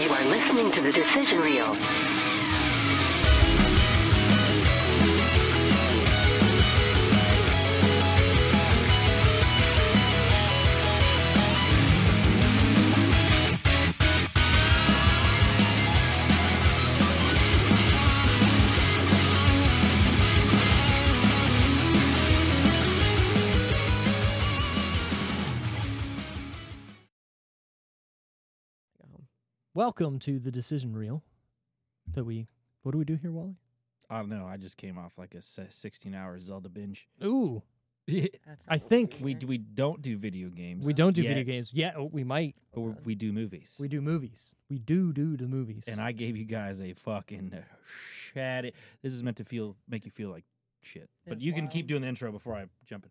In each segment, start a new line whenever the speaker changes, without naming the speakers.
You are listening to The Decision Reel.
Welcome to the decision reel. That we, what do we do here, Wally?
I don't know. I just came off like a se- 16 hour Zelda binge.
Ooh,
That's
I think
we we don't do video games.
we don't do video
yet,
games. Yeah, oh, we might.
but we're, we do movies.
We do movies. We do do the movies.
and I gave you guys a fucking shat. This is meant to feel make you feel like shit. But
That's
you can
wild.
keep doing the intro before I jump in.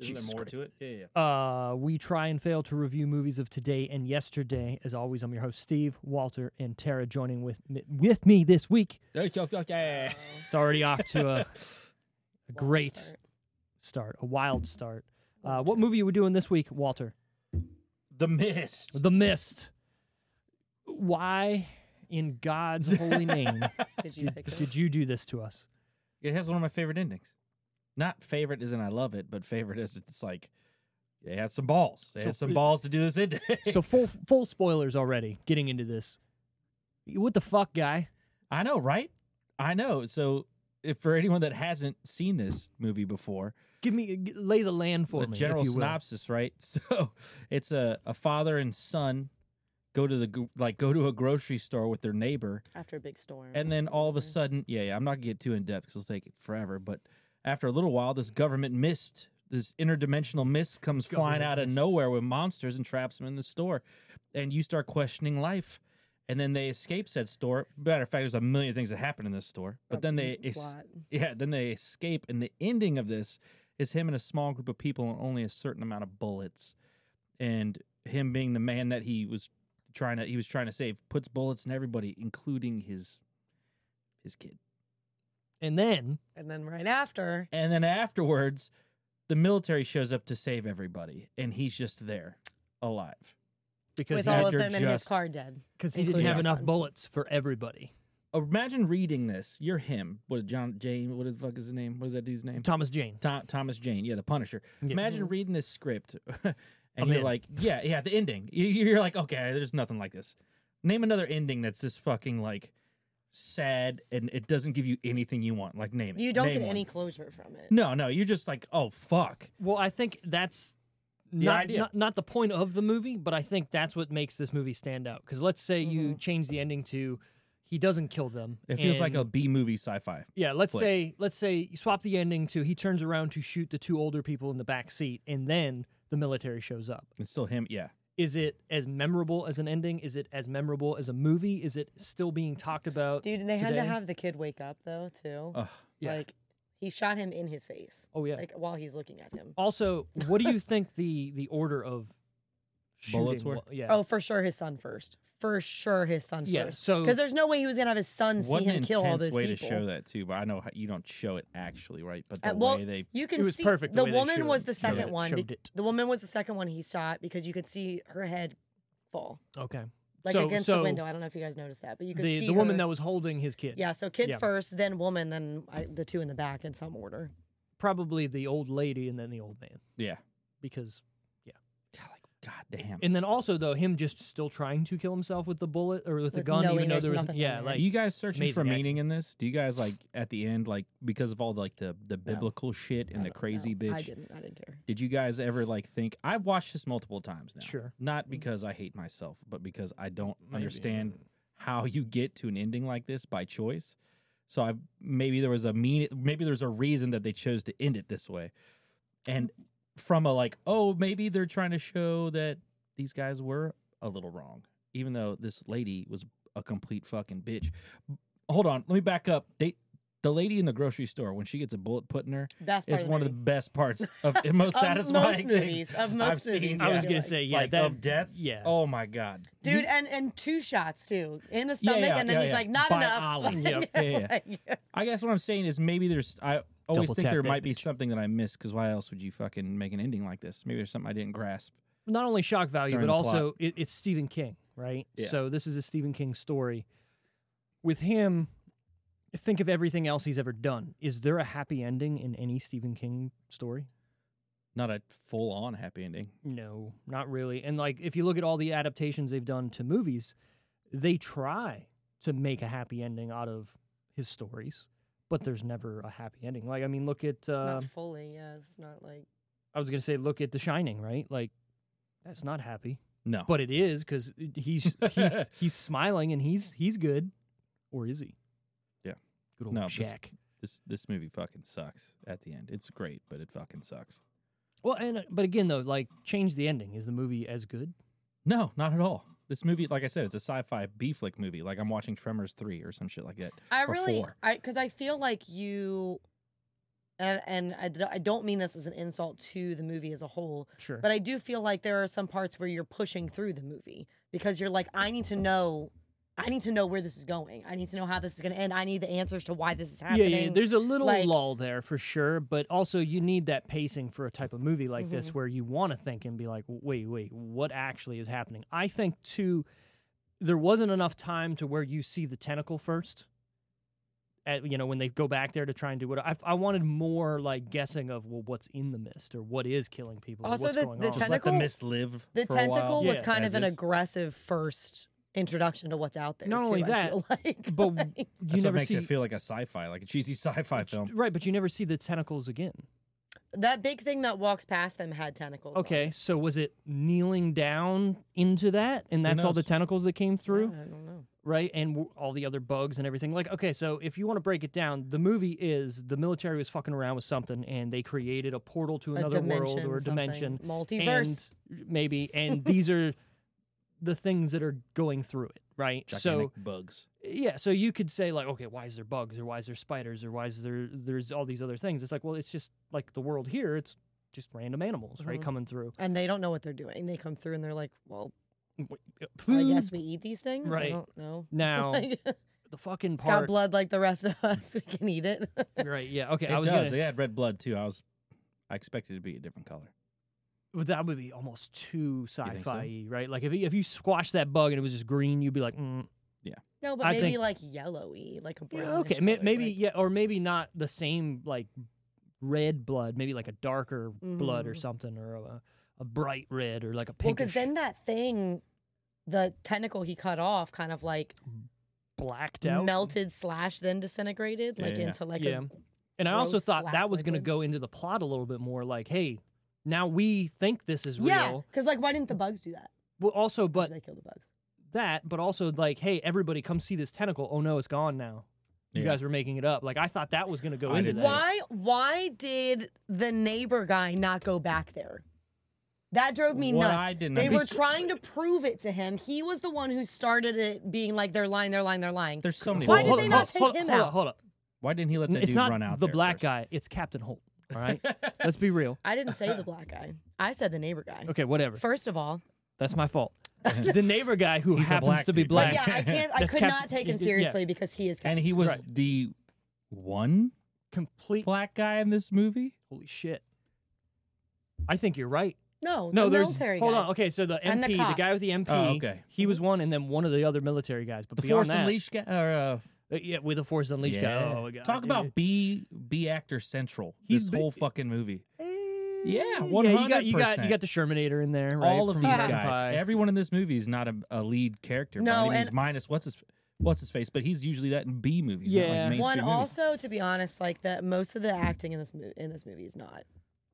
Isn't
Jesus
there more
Christ.
to it? Yeah, yeah. yeah.
uh, we try and fail to review movies of today and yesterday. As always, I'm your host Steve, Walter, and Tara. Joining with me, with me this week.
Yeah.
It's already off to a, a great
start.
start. a wild start. Uh, what movie are we doing this week, Walter?
The Mist.
The Mist. Why, in God's holy name?
Did you
Did,
pick this?
did you do this to us?
It has one of my favorite endings. Not favorite as in I love it, but favorite as it's like it had some balls. It
So
had some
it-
balls to do this ending.
So full full spoilers already. Getting into this, what the fuck, guy?
I know, right? I know. So, if for anyone that hasn't seen this movie before,
Give me g- lay the land for
the
me.
general
if you will.
synopsis, right? So, it's a, a father and son go to the gr- like go to a grocery store with their neighbor,
After a big storm.
and then all of a
Yeah.
sudden, yeah, yeah I'm not gonna get too in depth because it'll take forever. But after a little while, this government mist, this interdimensional mist, comes flying
Government
out of
mist.
nowhere with monsters and traps them in the store, and you start questioning life. And then they escape said store. Matter of fact, there's a million things that happen in this store. But
A
then they
big
es-
plot.
yeah, then they escape, and the ending of this is him and a small group of people and only a certain amount of bullets. And him being the man that he was trying to he was trying to save puts bullets in everybody, including his his kid.
And then
and then right after,
And then afterwards, the military shows up to save everybody, and he's just there, alive.
because
with
he,
all of
after
them in his
just-
car dead.
because he didn't
including
have
his
enough
son.
bullets for everybody.
Imagine reading this. You're him. What is John Jane? What the fuck is his name? What is that dude's name?
Thomas Jane.
Tho- Thomas Jane. Yeah, the Punisher.
Yeah.
Imagine reading this script and
I'm
you're
in.
like, yeah, yeah, the ending. You- You're like, okay, there's nothing like this. Name another ending that's this fucking like sad and it doesn't give you anything you want. Like name it.
You don't
Name
get any
one.
closure from it.
No, no, you're just like, oh fuck.
Well, I think that's
The
not,
idea.
not not the point of the movie, but I think that's what makes this movie stand out. Because let's say
Mm-hmm.
you change the ending to he doesn't kill them.
It feels like
and-
a B movie sci-fi.
Yeah, let's
Flick.
say let's say you swap the ending to he turns around to shoot the two older people in the back seat, and then the military shows up.
It's still him. Yeah.
Is it as memorable as an ending? Is it as memorable as a movie? Is it still being talked about?
Dude, they had to
Today- Oh,
have the kid wake up though too.
Ugh.
yeah.
Like he shot him in his face,
oh yeah. Oh,
like while he's looking at him.
also, what do you think the the order of
Bullets
shooting
were?
wa- Yeah.
Oh, for sure his son first. For sure his son
yeah.
first.
So
Because there's no way he was gonna have his son
What
see
an
him kill all
intense
those
way
people.
to show that too, but I know how, you don't show it actually, right? But the
Uh, well,
way they
You can
It was
see
perfect the
the
way they
woman
showed
was
it-
the
showed
second
it-
one. be-
showed it.
The woman was the second one he shot because you could see her head fall.
okay.
Like
so,
against
so
the window. I don't know if you guys noticed that, but you could
the
see
the woman
her-
that was holding his kid.
Yeah, so kid
Yeah.
first, then woman, then I, the two in the back in some order.
Probably the old lady and then the old man
yeah.
because
Like god damn.
And then also though him just still trying to kill himself with the bullet or with the
With
gun, even
knowing
though
there's
there was
nothing
yeah
there.
like
Are you guys searching
amazing
for
acting.
meaning in this? Do you guys like at the end like because of all like the the biblical shit and
I
the
don't
crazy
know. I
bitch?
didn't. I didn't care.
Did you guys ever like think I've watched this multiple times now?
Sure. Mm-hmm.
Not because I hate myself, but because I don't
Maybe.
understand how you get to an ending like this by choice. So I maybe there was a mean maybe there's a reason that they chose to end it this way. And from a like, oh, maybe they're trying to show that these guys were a little wrong, even though this lady was a complete fucking bitch. Hold on, let me back up. They the lady in the grocery store when she gets a bullet put in her
Best part
is one of the best parts of and most
Of
satisfying
most
things
movies, of most
I've seen.
movies,
I
yeah.
was
You're
gonna
like-
say yeah
like,
that
of deaths.
yeah.
Oh my god,
dude, and and two shots too in the
Yeah,
stomach,
yeah,
and then
yeah,
he's
yeah.
like, not
By
enough.
Allah. Yep. Yeah, yeah, yeah.
Like,
I guess what I'm saying is maybe there's I always
Double
think
tap
there
that
might be
bitch.
something that I missed because why else would you fucking make an ending like this? Maybe there's something I didn't grasp.
not only shock value
During
but
the plot.
also it, it's Stephen King right?
Yeah.
So this is a Stephen King story. With him, think of everything else he's ever done. Is there a happy ending in any Stephen King story?
Not a full on happy ending.
No, not really. And like if you look at all the adaptations they've done to movies, they try to make a happy ending out of his stories, but there's never a happy ending. Like I mean, look at uh,
Um,
not fully. Yeah, it's not like
I was gonna say look at The Shining, right? Like that's not happy,
No.
but it is because he's he's he's smiling and he's he's good, or is he?
Yeah.
good old
No, this-
Jack.
this this movie fucking sucks at the end. It's great, but it fucking sucks.
Well, and uh, but again though, like change the ending. Is the movie as good?
No, not at all. This movie, like I said, it's a sci-fi B flick movie. Like I'm watching Tremors three or some shit like that.
I
or
really,
four.
I because I feel like you, and and I, d- I don't mean this as an insult to the movie as a whole,
Sure.
but I do feel like there are some parts where you're pushing through the movie because you're like, I need to know, I need to know where this is going. I need to know how this is going to end. I need the answers to why this is
Yeah,
happening.
yeah, there's a little
like-
lull there for sure, but also you need that pacing for a type of movie like
Mm-hmm.
this where you want to think and be like, wait, wait, what actually is happening? I think too, there wasn't enough time to where you see the tentacle first. At, you know when they go back there to try and do what I, I wanted more like guessing of well what's in the mist or what is killing people or
Also,
what's
the-
going
the
on.
Just let the
tentacle-
mist live.
the
for a while,
tentacle was
Yeah.
kind
as
of an
is.
aggressive first introduction to what's out there.
Not
too,
only
I
that,
feel like.
but you
That's what
never
makes
see
it feel like a sci-fi, like a cheesy sci-fi film.
right, but you never see the tentacles again.
that big thing that walks past them had tentacles. on it.
Okay, so was it kneeling down into that, and that's all the
knows?
tentacles that came
I
through?
don't know.
right? And w- all the other bugs and everything. Like, okay, so if you want to break it down, the movie is the military was fucking around with something and they created a portal to another world or a
something.
dimension.
multiverse.
And maybe, and these are the things that are going through it, right?
Gigantic
So,
bugs.
yeah, so you could say, like, okay, why is there bugs or why is there spiders or why is there, there's all these other things. It's like, well, it's just like the world here, it's just random animals, right?
Mhm.
Coming through.
and they don't know what they're doing. They come through and they're like, "Well, I
Food.
guess we eat these things.
Hmm. Right.
I don't know.
Now,
Like, it's
the fucking part.
got blood like the rest of us. We can eat it.
Right, yeah, okay.
It
I was
does.
gonna-
They had red blood too. I was, I expected it to be a different color.
But that would be almost too
think so?
sci-fi, right? Like if you, if you squashed that bug and it was just green, you'd be like, mm,
no, but
I
maybe
think-
like yellowy, like a brown.
yeah, okay, may, maybe yeah, or maybe not the same like red blood, maybe like a darker blood or
Mhm.
something, or a, a bright red, or like a
Well,
pinkish
because then that thing, the tentacle he cut off, kind of like
blacked out,
melted slash then disintegrated, like
Yeah.
into like
yeah.
a
And I also
gross
thought
black
that was going to
liquid.
go into the plot a little bit more, like, hey, now we think this is
yeah.
real.
Because like, why didn't the bugs do that?
Well, also,
Why
but
did they kill the bugs.
that, but also like, hey, everybody, come see this tentacle. Oh no, it's gone now. You
Yeah.
guys were making it up. Like I thought that was going to go
I
into
did
that.
too.
Why why did the neighbor guy not go back there? That drove me
What
nuts.
I didn't
they were
underst-
trying to prove it to him. He was the one who started it being like they're lying, they're lying, they're lying.
There's so many.
Why
holes
did they
in
not
this.
take him
hold
out?
Up, hold up.
Why didn't he let the
it's
dude
not
run out
the
there
black
first?
guy. It's Captain Holt. All right. Let's be real.
I didn't say the black guy. I said the neighbor guy.
Okay, whatever.
First of all,
That's my fault. the neighbor guy who
He's a
happens
black
to be
dude.
but
black.
yeah, I can't. I
That's
could
Cap-
not take him
yeah.
seriously because he is.
And he
Captain
was
Right.
the one
Complete.
black guy in this movie.
Holy shit. I think you're right.
No,
No,
the
there's.
military
Hold
guy.
on. Okay, so the
And the
MP, the,
cop.
guy with the MP,
Oh, okay.
he was one, and then one of the other military guys. But
The
beyond
Force
that,
Unleashed guy. Or, uh,
Uh, yeah, with the Force Unleashed guy.
yeah.
Oh my god.
Talk
dude.
about B B actor central.
He's
this
bi-
whole fucking movie. Yeah,
Yeah, you got you got you
100%.
got the Shermanator in there. Right,
All of
from
these
American
guys.
Pie.
Everyone in this movie is not a, a lead character. by
No,
any means,
and-
minus what's his what's his face, but he's usually that in B movies. not, like,
Yeah.
mainstream
One
movies.
also, to be honest, like that. Most of the acting in this movie in this movie is not.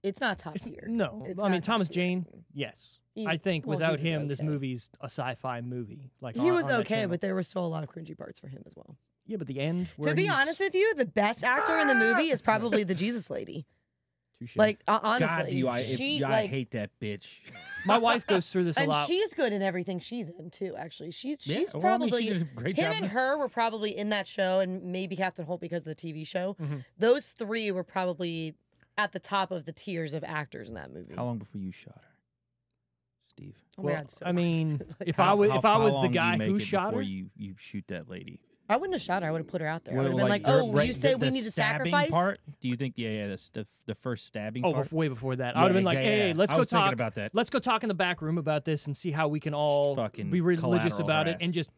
It's not top
It's-
tier.
no,
It's
I mean
not
Thomas
top tier.
Jane. Yes,
He-
I think
well, he
without
was
him, this
okay.
movie's a sci-fi movie. Like
He
on-
was
on that
okay,
channel.
but there were still a lot of cringy parts for him as well.
yeah, but the end.
to be honest with you, the best actor in the movie is probably the Jesus lady. Like uh, honestly,
God, do you, I, if-
she
yeah, I
like,
hate that bitch.
my wife goes through this a
and
lot.
she's good in everything she's in too. Actually, she's
Yeah,
she's
well, I mean,
probably
she did a great
him
job in
and
this.
her were probably in that show, and maybe Captain Holt because of the TV show.
Mm-hmm.
Mhm.
Those three were probably at the top of the tiers of actors in that movie.
How long before you shot her, Steve?
Oh my
well,
God, so
I mean,
Like,
if
How-
I was
how-
if I
how
was
long
the
do you
guy
make
who
it
shot
before
her,
you you shoot that lady.
I wouldn't have shot her. I would have put her out there. I
Would
would
it,
have been like,
dur-
"Oh,
right-
you
the-
say
the
we need to
stabbing
sacrifice."
Part? Do you think? Yeah, yeah. That's the the first stabbing
Oh,
part.
bef- way before that, I
Yeah,
would have been like,
yeah,
"Hey,
yeah.
let's
I
go
was thinking
talk
about that.
Let's go talk in the back room about this and see how we can all
fucking
be religious
collateral
about it
harass.
and just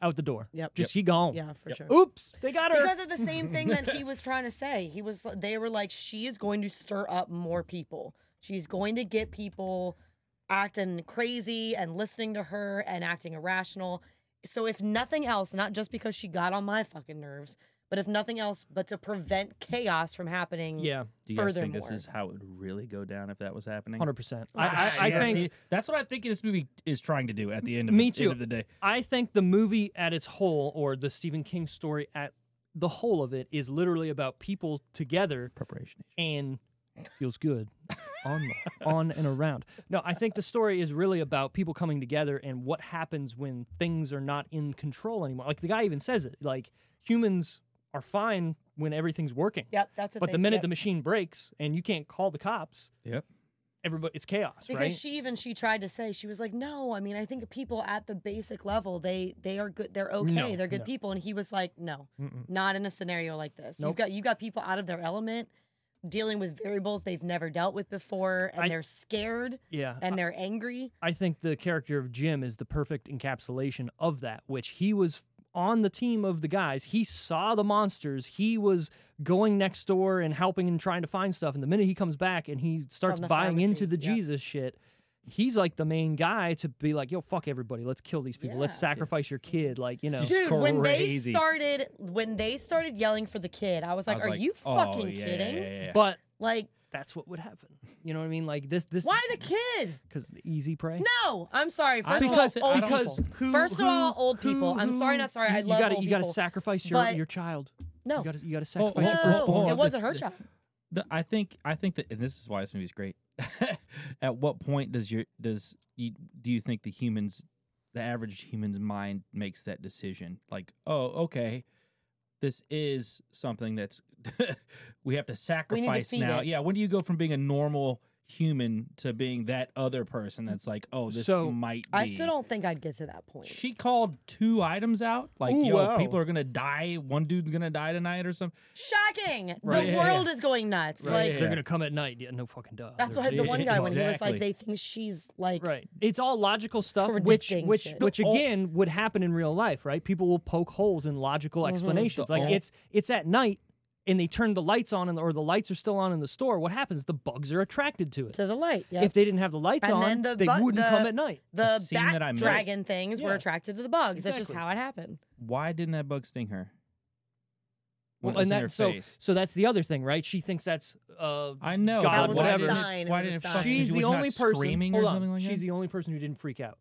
out the door.
Yep.
just he gone.
Yeah, for sure.
Oops, they got her.
Because of the same thing that he was trying to say. He was they were like, she is going to stir up more people. She's going to get people acting crazy and listening to her and acting irrational. So if nothing else, not just because she got on my fucking nerves, but if nothing else, but to prevent chaos from happening.
yeah,
Do you guys think this
Furthermore.
is how it would really go down if that was happening?
hundred percent.
I-
I, I, I
Yeah,
think
see, that's what I think this movie is trying to do at the end of,
Me
the,
too.
end of the day.
I think the movie at its whole, or the Stephen King story at the whole of it, is literally about people together
Preparation.
and feels good on the- on and around. No, I think the story is really about people coming together and what happens when things are not in control anymore. Like the guy even says it, like humans are fine when everything's working.
Yep, that's what
But
they
the minute
yep.
the machine breaks and you can't call the cops,
Yep.
everybody it's chaos,
because
right?
she even she tried to say she was like no i mean i think people at the basic level they they are good they're okay
No,
they're good
no.
people and he was like no
Mm-mm.
not in a scenario like this
Nope.
you've got you got people out of their element dealing with variables they've never dealt with before and
I-
they're scared
yeah.
and they're angry
I think the character of Jim is the perfect encapsulation of that, which he was on the team of the guys. He saw the monsters. He was going next door and helping and trying to find stuff. And the minute he comes back and he starts
the
buying into
pharmacy,
the
yeah.
Jesus shit, he's like the main guy to be like, yo, fuck everybody. Let's kill these people. Let's
Yeah.
sacrifice your kid. Like, you know.
It's
dude when they
crazy.
started when they started yelling for the kid i was
I
like
was
are
like,
you
oh,
fucking
yeah, yeah,
kidding
yeah, yeah, yeah.
But
like
that's what would happen. You know what I mean? Like this, this,
why the kid
Because the easy prey.
no i'm sorry
I don't
first
Because
of all old
because
people.
who,
First of
who-
all, old
who-
people. I'm sorry, not sorry.
who-
I
you
love
gotta,
old
you gotta
people.
sacrifice your
But-
your child.
no
You gotta you gotta
Well,
sacrifice
well,
your
no.
firstborn.
firstborn.
it wasn't her
This-
job.
The, I think I think that, and this is why this movie is great. At what point does your does you, do you think the humans, the average human's mind makes that decision? Like, oh, okay, this is something that's we have to sacrifice
feed
now.
it.
Yeah, when do you go from being a normal human to being that other person that's like, oh, this
So,
might. Be.
I still don't think I'd get to that point.
She called two items out, like,
Ooh,
yo,
wow.
people are gonna die. One dude's gonna die tonight or something.
Shocking!
Right.
The
Yeah, yeah,
world is going nuts.
Right.
Like
Yeah.
They're gonna come at night. Yeah, no fucking duh.
that's
They're-
what the one guy when he was
Exactly.
like, they think she's like
Right. It's all logical stuff, which
Predicting
which
shit.
which
The o-
again would happen in real life, right? People will poke holes in logical
Mm-hmm.
explanations.
The
like
o-
it's it's at night and they turn the lights on and or the lights are still on in the store. What happens? The bugs are attracted to it.
to the light. Yeah.
If they didn't have the lights
And
on,
then the
they
bu-
wouldn't
the-
come at night.
the
scene that I
bat
missed-
dragon things were
Yeah.
attracted to the bugs. That's just
Exactly.
how it happened.
Why didn't that bug sting her? When it
Well,
was
and
in
that
her
so
face.
so that's the other thing, right? She thinks that's uh
I know.
God,
but
That was a
whatever.
sign, it
Why
was a
didn't it
sign.
fucking-
She's
she's
Uh, she
the
was not
only person
screaming
hold
or
on,
something like
she's
that.
the only person who didn't freak out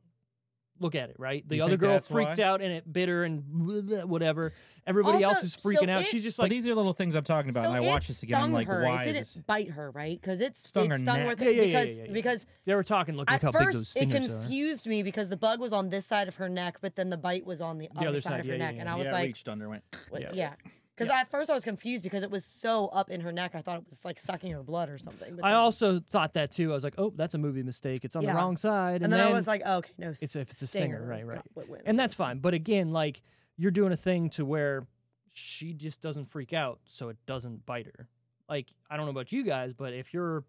look at it right the
You
other
think
girl
that's
freaked
why?
out and it bit her and blah, blah, whatever everybody
Also,
else is
so
freaking out
it-
she's just
but
like
these are little things I'm talking about,
so
and I
it
watch this again. I'm
stung
like,
her.
why
it
is
didn't
this?
bite her, right? Because it's
Stung
it
her
stung
neck.
with
Yeah, yeah, yeah,
because
yeah, yeah.
because
they were talking look, look
at
how big those
first it
stingers are
confused me because the bug was on this side of her neck, but then the bite was on the, other, side, of her
yeah,
neck,
yeah,
and
yeah.
I was
yeah,
like,
reached under, went.
What-
Yeah.
yeah. Because at first I was confused because it was so up in her neck. I thought it was like sucking her blood or something. But
I
then-
also thought that too I was like oh that's a movie mistake it's on the
Yeah.
wrong side
and, then, I was like, oh, okay, no,
it's a- it's a stinger, right, right. and
And
that's fine but again like you're doing a thing to where she just doesn't freak out so it doesn't bite her like i don't know about you guys but if you're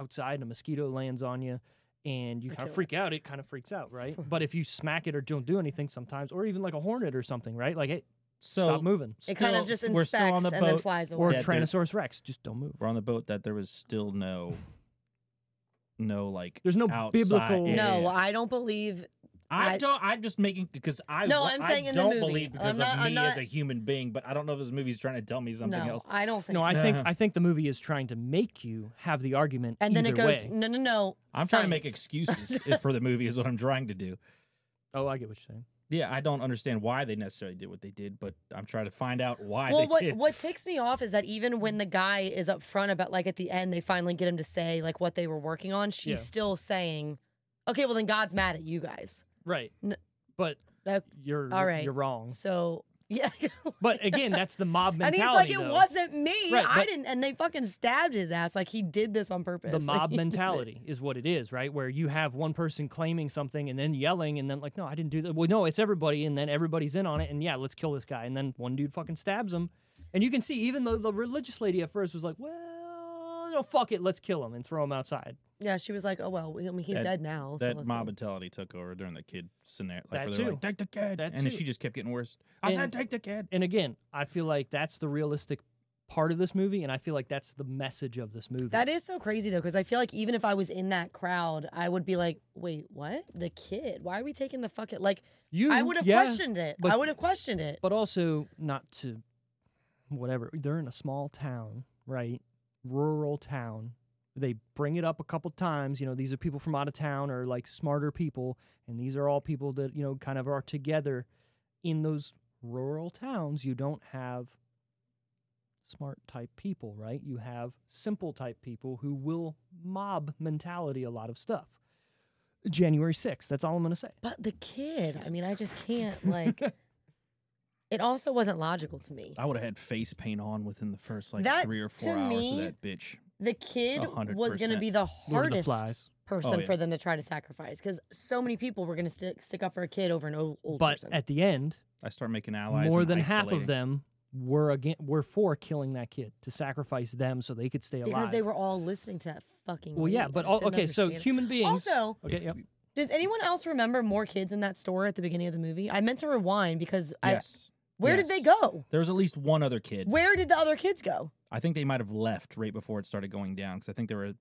outside and a mosquito lands on you and you
I
kind
kill
of
it.
freak out it kind of freaks out right but if you smack it or don't do anything sometimes or even like a hornet or something right like it
So
stop moving
it kind of
still-
just
we're still on
inspects
the
and then
boat.
flies away.
or
Yeah, there's-
tyrannosaurus rex just don't move
We're on the boat that there was still no, no like.
There's no
outside-
biblical-
Yeah, yeah,
no,
yeah.
I don't believe.
I,
I-
don't. I'm just making because I.
No,
wa-
I'm
I
saying in the
don't
movie.
believe because
I'm
of
not- I'm
me as
not-
a human being, but I don't know if this movie's trying to tell me something
no,
else.
I don't think.
no i
so.
think i think the movie is trying to make you have the argument
And then it
either
goes,
way.
no, no, no.
I'm trying to make
science.
excuses for the movie is what I'm trying to do.
oh i get what you're saying
Yeah, I don't understand why they necessarily did what they did, but I'm trying to find out why
Well,
they
what
did.
what takes me off is that even when the guy is up front about like at the end, they finally get him to say like what they were working on. She's
Yeah.
still saying, "Okay, well then God's mad at you guys."
right
N-
but
That-
you're
all right.
Mm-hmm. you're wrong
So Yeah.
But again, that's the mob
and
mentality.
he's like, it
though.
wasn't me.
Right,
I
but-
didn't. And they fucking stabbed his ass. Like he did this on purpose.
the mob
Like,
mentality is what it is, right? Where you have one person claiming something and then yelling and then like, no, I didn't do that. Well, no, it's everybody, and then everybody's in on it, and yeah, let's kill this guy, and then one dude fucking stabs him, and you can see even though the religious lady at first was like, well, no, fuck it, let's kill him and throw him outside.
yeah. She was like, oh, well, I mean, he's
That-
dead now. so
That
let's
mob
go."
mentality took over during the kid scenario. Like,
That
where they're
too.
like, take the kid.
That
and then
too.
she just kept getting worse. I
And-
said, take the kid.
And again, I feel like that's the realistic part of this movie, and I feel like that's the message of this movie.
That is so crazy though, because I feel like even if I was in that crowd, I would be like, wait, what? The kid? Why are we taking the fucking like?
you,
I would have
yeah,
questioned it.
but-
I would have questioned it.
but also not to whatever they're in a small town right rural town they bring it up a couple times you know these are people from out of town or like smarter people and these are all people that you know kind of are together in those rural towns you don't have smart type people right you have simple type people who will mob mentality a lot of stuff january 6th that's all i'm going to say
But the kid, I mean, I just can't like. it also wasn't logical to me.
I would have had face paint on within the first like
That,
three or
to
four hours
me,
of that bitch.
The kid
A hundred
was going to
percent.
be the
Lord of the
hardest
flies Oh,
person
yeah.
for them to try to sacrifice because so many people were going to stick stick up for a kid over an old, old
but
person.
at the end
I start making allies.
more
and
than half of
isolating.
them were again were for killing that kid to sacrifice them so they could stay alive.
because they were all listening to that fucking.
well, yeah,
lady. I
but
just
all,
didn't
okay, so
understand it.
human beings.
also
okay,
If-
yep.
Does anyone else remember more kids in that store at the beginning of the movie? I meant to rewind because I
Yes.
where did they
yes.
go?
There was at least one other kid.
Where did the other kids go?
I think they might have left right before it started going down because I think they were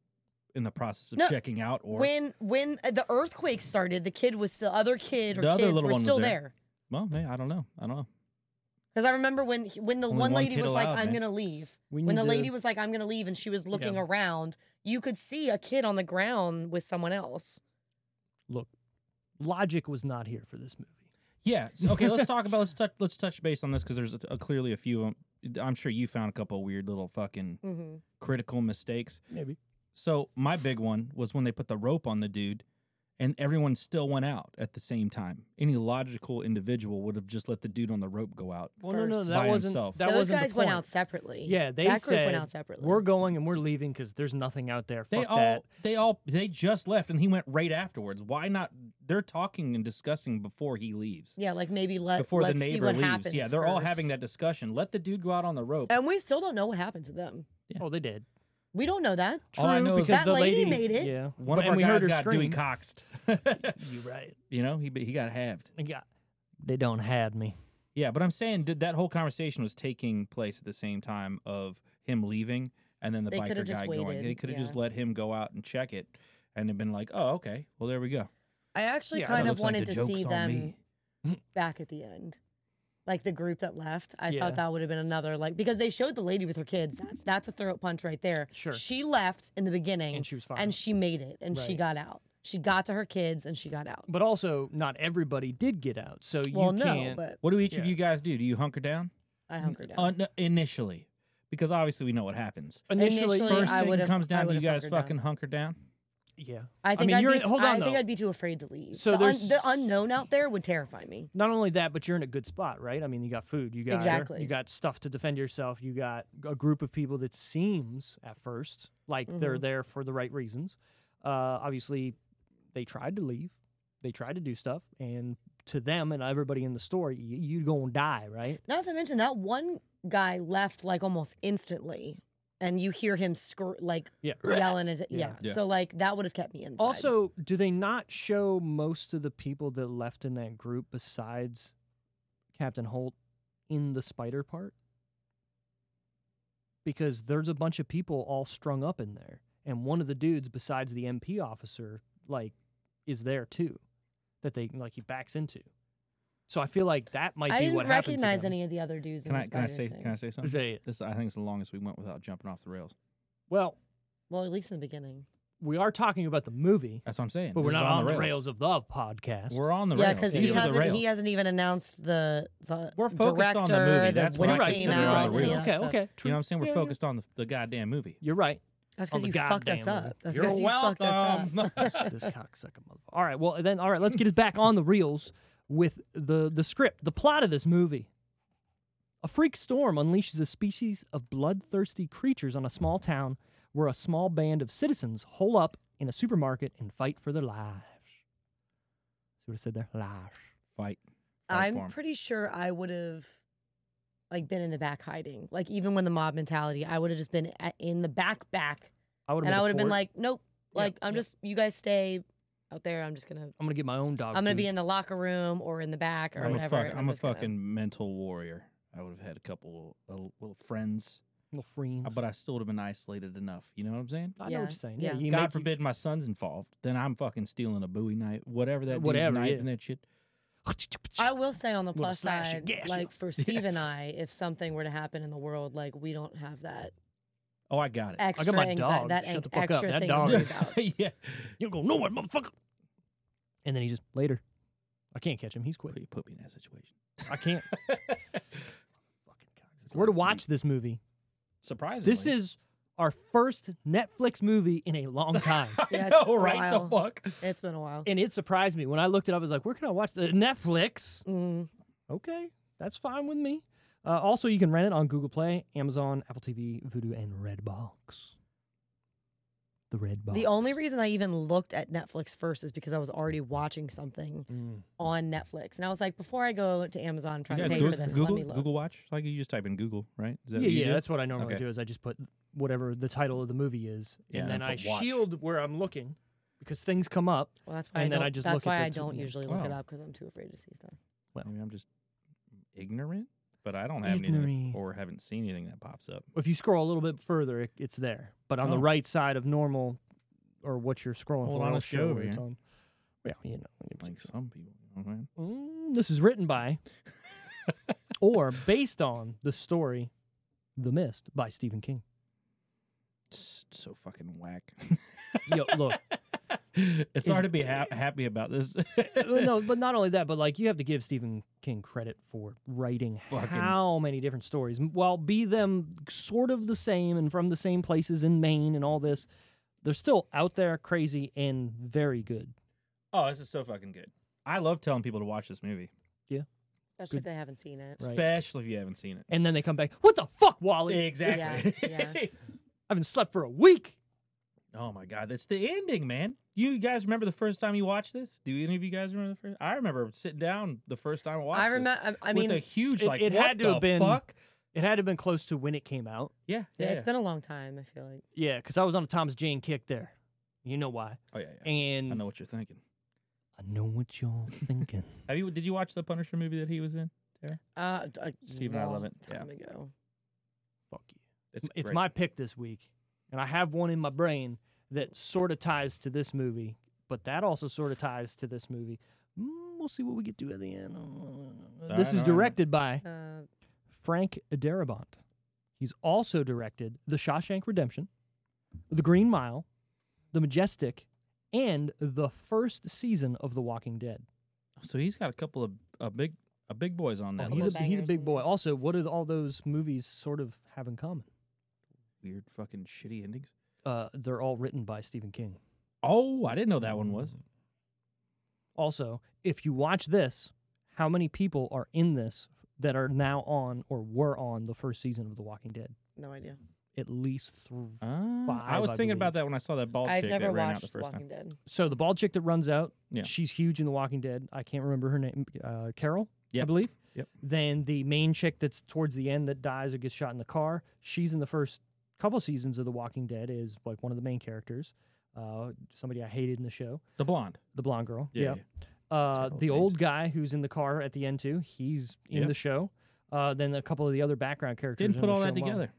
in the process of
No,
checking out or
When when uh, the earthquake started, the kid was still other kid or
The other
kids
little
were
one was
still
there.
there.
well, man, I don't know. I don't know.
Because I remember when he- when the
Only
one
one
lady
kid
was like,
allowed,
"I'm
man.
gonna leave."
We
When
need
the
to-
lady was like, "I'm gonna leave," and she was looking around, you could see a kid on the ground with someone else.
look, logic was not here for this movie.
Yeah. so- okay. let's talk about let's touch let's touch base on this because there's a, a- clearly a few. Um, I'm sure you found a couple weird little fucking
hmm
critical mistakes.
Maybe
So my big one was when they put the rope on the dude, and everyone still went out at the same time. Any logical individual would have just let the dude on the rope go out.
Well, no, no,
First.
that
By
wasn't
himself.
that
Those
wasn't
guys
the
went
point.
out separately.
Yeah, they
that
said
group went out separately.
we're going and we're leaving because there's nothing out there.
They
Fuck
all
that.
they all they just left and he went right afterwards. Why not they're talking and discussing before he leaves.
yeah, like maybe let
Before
let's
the
see
neighbor
what
leaves.
happens
Yeah, they're all having
first.
that discussion. Let the dude go out on the rope.
and we still don't know what happened to them.
Oh, they did.
We don't know that.
All I
True,
know is-
because
That
the
lady made it.
Yeah,
One
but-
of
and
our
we
guys
heard her
got Dewey
scream.
coxed.
You right?
you know, he he got halved.
Yeah, they don't had me.
Yeah, but I'm saying did that whole conversation was taking place at the same time of him leaving and then the
They coulda
biker
just
guy going.
waited,
They could have just
yeah.
let him go out and check it and have been like, "Oh, okay. Well, there we go."
I actually
Yeah,
kind
Kinda
of
looks like
wanted
the
to
joke's
see
on
them
me.
back at the end. Like the group that left, I
Yeah.
thought that would have been another like because they showed the lady with her kids. That's that's a throat punch right there.
Sure.
She left in the beginning
And she was fine.
and she made it and she
Right.
got out. She got to her kids and she got out.
But also, not everybody did get out, so
well,
you
no,
can't.
but
What do each of
Yeah.
you guys do? Do you hunker down?
I hunkered down.
Un- initially, because obviously we know what happens.
initially,
Initially,
First
I
thing
would've-
comes
I
down to you
would've
guys
hunkered down.
fucking hunker down.
yeah.
I think
mean,
would
you're
be,
in- hold
I
on,
think
though.
I'd be too afraid to leave.
So
the,
there's-
the unknown out there would terrify me.
not only that, but you're in a good spot, right? I mean, you got food, you got
Exactly.
you got stuff to defend yourself, you got a group of people that seems at first like
Mm-hmm.
they're there for the right reasons. Uh, obviously, they tried to leave, they tried to do stuff, and to them and everybody in the store, y- you gonna die, right?
Not to mention that one guy left like almost instantly, and you hear him scr- like
Yeah.
yelling. At, yeah.
Yeah.
Yeah.
so like that would have kept me inside.
Also, do they not show most of the people that left in that group besides Captain Holt in the spider part? Because there's a bunch of people all strung up in there, and one of the dudes besides the MP officer like is there too, that they like he backs into. So I feel like that might
I
be
didn't
what happened.
recognize
to them.
any of the other dudes.
Can
in
I
the
can I
spider
say
thing.
can I say something?
Say it.
This I think is the longest we went without jumping off the rails.
Well,
Well, at least in the beginning.
we are talking about the movie,
That's what I'm saying.
but we're
This is
not on, the, rails.
rails.
of the podcast.
We're on the
yeah,
rails.
because
These
he
are the
hasn't
rails.
he hasn't even announced the the
We're focused
director,
on the movie, that's
when
what
it
I
came
consider
out.
on the
and
rails.
any of
Okay,
that stuff.
okay,
You
true.
know what I'm saying? We're
Yeah, yeah.
focused on the, the goddamn movie.
You're right.
That's
On
because
the
you fucked us
goddamn
up. That's
You're
because you fucked us up.
welcome.
this cocksucker motherfucker. All right, well then, all right, let's get us back on the reels with the the script, the plot of this movie. A freak storm unleashes a species of bloodthirsty creatures on a small town where a small band of citizens hole up in a supermarket and fight for their lives. See what I said there? Lives.
Fight. Fight for
I'm
'em.
pretty sure I would have like been in the back hiding. Like even when the mob mentality, I would have just been a- in the back back,
I would
and I would have been like, nope.
Yeah,
Like I'm
yeah.
just you guys stay out there. I'm just gonna
I'm gonna get my own dog.
I'm gonna
food.
be in the locker room or in the back or
I'm
whatever.
a fuck,
and
I'm a
just gonna-
fucking mental warrior. I would have had a couple of little friends,
little friends.
uh, but I still would have been isolated enough. You know what I'm saying?
I know what
Yeah,
you're saying. Yeah,
yeah.
you make-
God forbid my son's involved, then I'm fucking stealing a Bowie knife, whatever that
Whatever,
whatever, knife
yeah.
and that shit.
I will say on the
Little
plus
slash
side,
gash.
like for Steve
Yes.
and I, if something were to happen in the world, like we don't have that
Oh, I got it.
extra
my
anxi-
dog.
that
Shut
an-
the fuck up.
extra
That
thing
dog
to worry
is-
about.
yeah,
You don't go nowhere, motherfucker. And then he just later. I can't catch him. He's quick.
put, you put me in that situation.
I can't.
Fucking cogs.
We're to watch this movie.
Surprisingly,
This is our first Netflix movie in a long time.
Yeah,
I
it's
know,
been a
right? The
while.
fuck.
It's been a while.
and it surprised me. When I looked it up, I was like, where can I watch the Netflix?
Mm,
Okay, that's fine with me. Uh, also, you can rent it on Google Play, Amazon, Apple TV, Vudu, and Redbox. The Redbox.
the only reason I even looked at Netflix first is because I was already watching something
Mm.
on Netflix, and I was like, before I go to Amazon and try
You
to
guys
pay
Google,
for this,
Google,
let me look.
Google Watch? Like you just type in Google, right? Is
yeah,
that what you
yeah,
do?
that's what I normally
Okay.
do is I just put whatever the title of the movie is,
Yeah,
and
and
then
I
I
put watch.
shield where I'm looking because things come up.
Well, that's why
and
I
then
don't,
I just
that's
look at
why
the
I
two-
don't
yeah.
usually look it
Wow.
up because I'm too afraid to see stuff.
Maybe I'm just ignorant, but I don't have anything
Ignorant.
or haven't seen anything that pops up.
If you scroll a little bit further, it, it's there. But on the
Oh.
right side of normal, or what you're scrolling
Hold
for,
on,
it'll
let's go
show
over
where it's
here.
on. Yeah, you know.
Like some people, you know what I mean?
Mm, this is written by, or based on the story, "The Mist" by Stephen King.
It's so fucking whack.
Yo, look,
it's
Is-
hard to be ha- happy about this.
Well, uh, no, but not only that, but like you have to give Stephen King credit for writing
Fucking-
how many different stories, M- while be them sort of the same and from the same places in Maine and all this, they're still out there, crazy and very good.
Oh, this is so fucking good. I love telling people to watch this movie,
Especially
Good.
if they haven't seen it.
Right.
especially if you haven't seen it.
And then they come back, what the fuck, Wally?
Exactly.
Yeah, yeah.
I haven't slept for a week.
oh my god, that's the ending, man. You guys remember the first time you watched this? Do any of you guys remember the first? I remember sitting down the first time I watched.
I
this
remember. I, I
with
mean,
a huge
It-
like.
it
what
had to
the
have been-
Fuck?
It had to have been close to when it came out.
Yeah,
yeah,
yeah.
it's been a long time. I feel like.
Yeah, because I was on a Thomas Jane kick there. You know why.
oh yeah. yeah.
And
I know what you're thinking.
I know what y'all thinking.
Have you? Did you watch the Punisher movie that he was in?
Uh, d- a
Steve and I love
long
it, yeah.
Time ago.
Fuck you.
It's
it's
great.
my pick this week, and I have one in my brain that sort of ties to this movie, but that also sort of ties to this movie. Mm, we'll see what we get to at the end. Uh, This
Alright,
is
alright.
directed by
Uh,
Frank Darabont. He's also directed The Shawshank Redemption, The Green Mile, The Majestic, and the first season of The Walking Dead.
So he's got a couple of a big a big boys on that.
Oh, he's,
list.
a, he's a
bangers
big
in
boy.
there.
Also, what do all those movies sort of have in common?
weird fucking shitty endings.
Uh, they're all written by Stephen King.
Oh, I didn't know that one was.
Mm. Also, if you watch this, how many people are in this that are now on or were on the first season of The Walking Dead?
no idea.
At least three.
Ah, I
Five,
was
I
thinking
believe.
about that when I saw that bald
I've
chick
never
that ran out the
watched
first time.
Walking Dead.
So the bald chick that runs out,
Yeah.
she's huge in The Walking Dead. I can't remember her name, uh, Carol, I
Yep.
believe.
Yep.
Then the main chick that's towards the end that dies or gets shot in the car, she's in the first couple seasons of The Walking Dead is like one of the main characters. Uh, somebody I hated in the show,
The blonde.
the blonde girl.
Yeah.
Yep. Uh,
Terrible
the
names.
old guy who's in the car at the end too. He's in
Yep.
the show. Uh, then a couple of the other background characters
Didn't
in
put
the
all
show
that
alone.
together.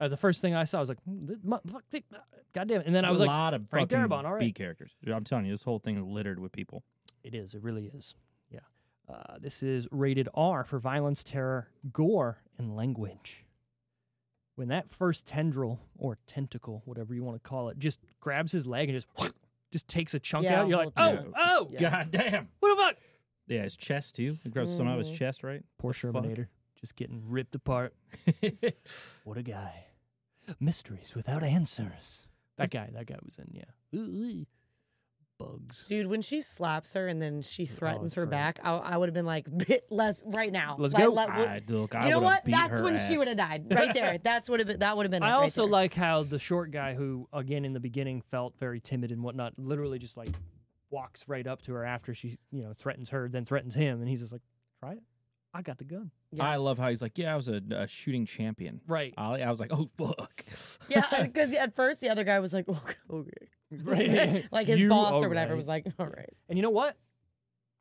Uh, the first thing I saw, I was like, "Hmm, th- mu- fuck, th- "God damn!" it." And then I was
a
like,
lot of
Frank
fucking
Darabont, all right.
B characters. Dude, I'm telling you, this whole thing is littered with people.
"It is. It really is. Yeah." Uh, this is rated R for violence, terror, gore, and language. When that first tendril or tentacle, whatever you want to call it, just grabs his leg and just just takes a chunk
Yeah,
out, you're like, "Oh,
whole
chunk.
oh,
Yeah.
God damn.
what the fuck?"
Yeah, his chest too. It grabs some out of his
Mm-hmm.
Mhm.
chest, right?
Poor
The fuck?
Shermanator, just getting ripped apart. What a guy. Mysteries without answers. That guy, that guy was in, yeah. Ooh, ooh. bugs.
Dude, when she slaps her and then she threatens
it's
"Oh,
her
great.
back, I, I would have been like, "Bit- "Let's right now,
Let's
Like,
go."
let-
I, look, I
you know
would've
what?
beat
That's
her
when she
ass.
would have died. Right there. That's would have been. That would have been.
I
it right
also
there.
like how the short guy, who again in the beginning felt very timid and whatnot, literally just like walks right up to her after she, you know, threatens her, then threatens him, and he's just like, "Try it, I got the gun."
Yeah.
I love how he's like, yeah, I was a, a shooting champion.
Right,
I, I was like, oh fuck.
Yeah, because at first the other guy was like, "Okay, okay,"
right.
like his
You
boss
are
or whatever
right.
was like, "All right."
And you know what?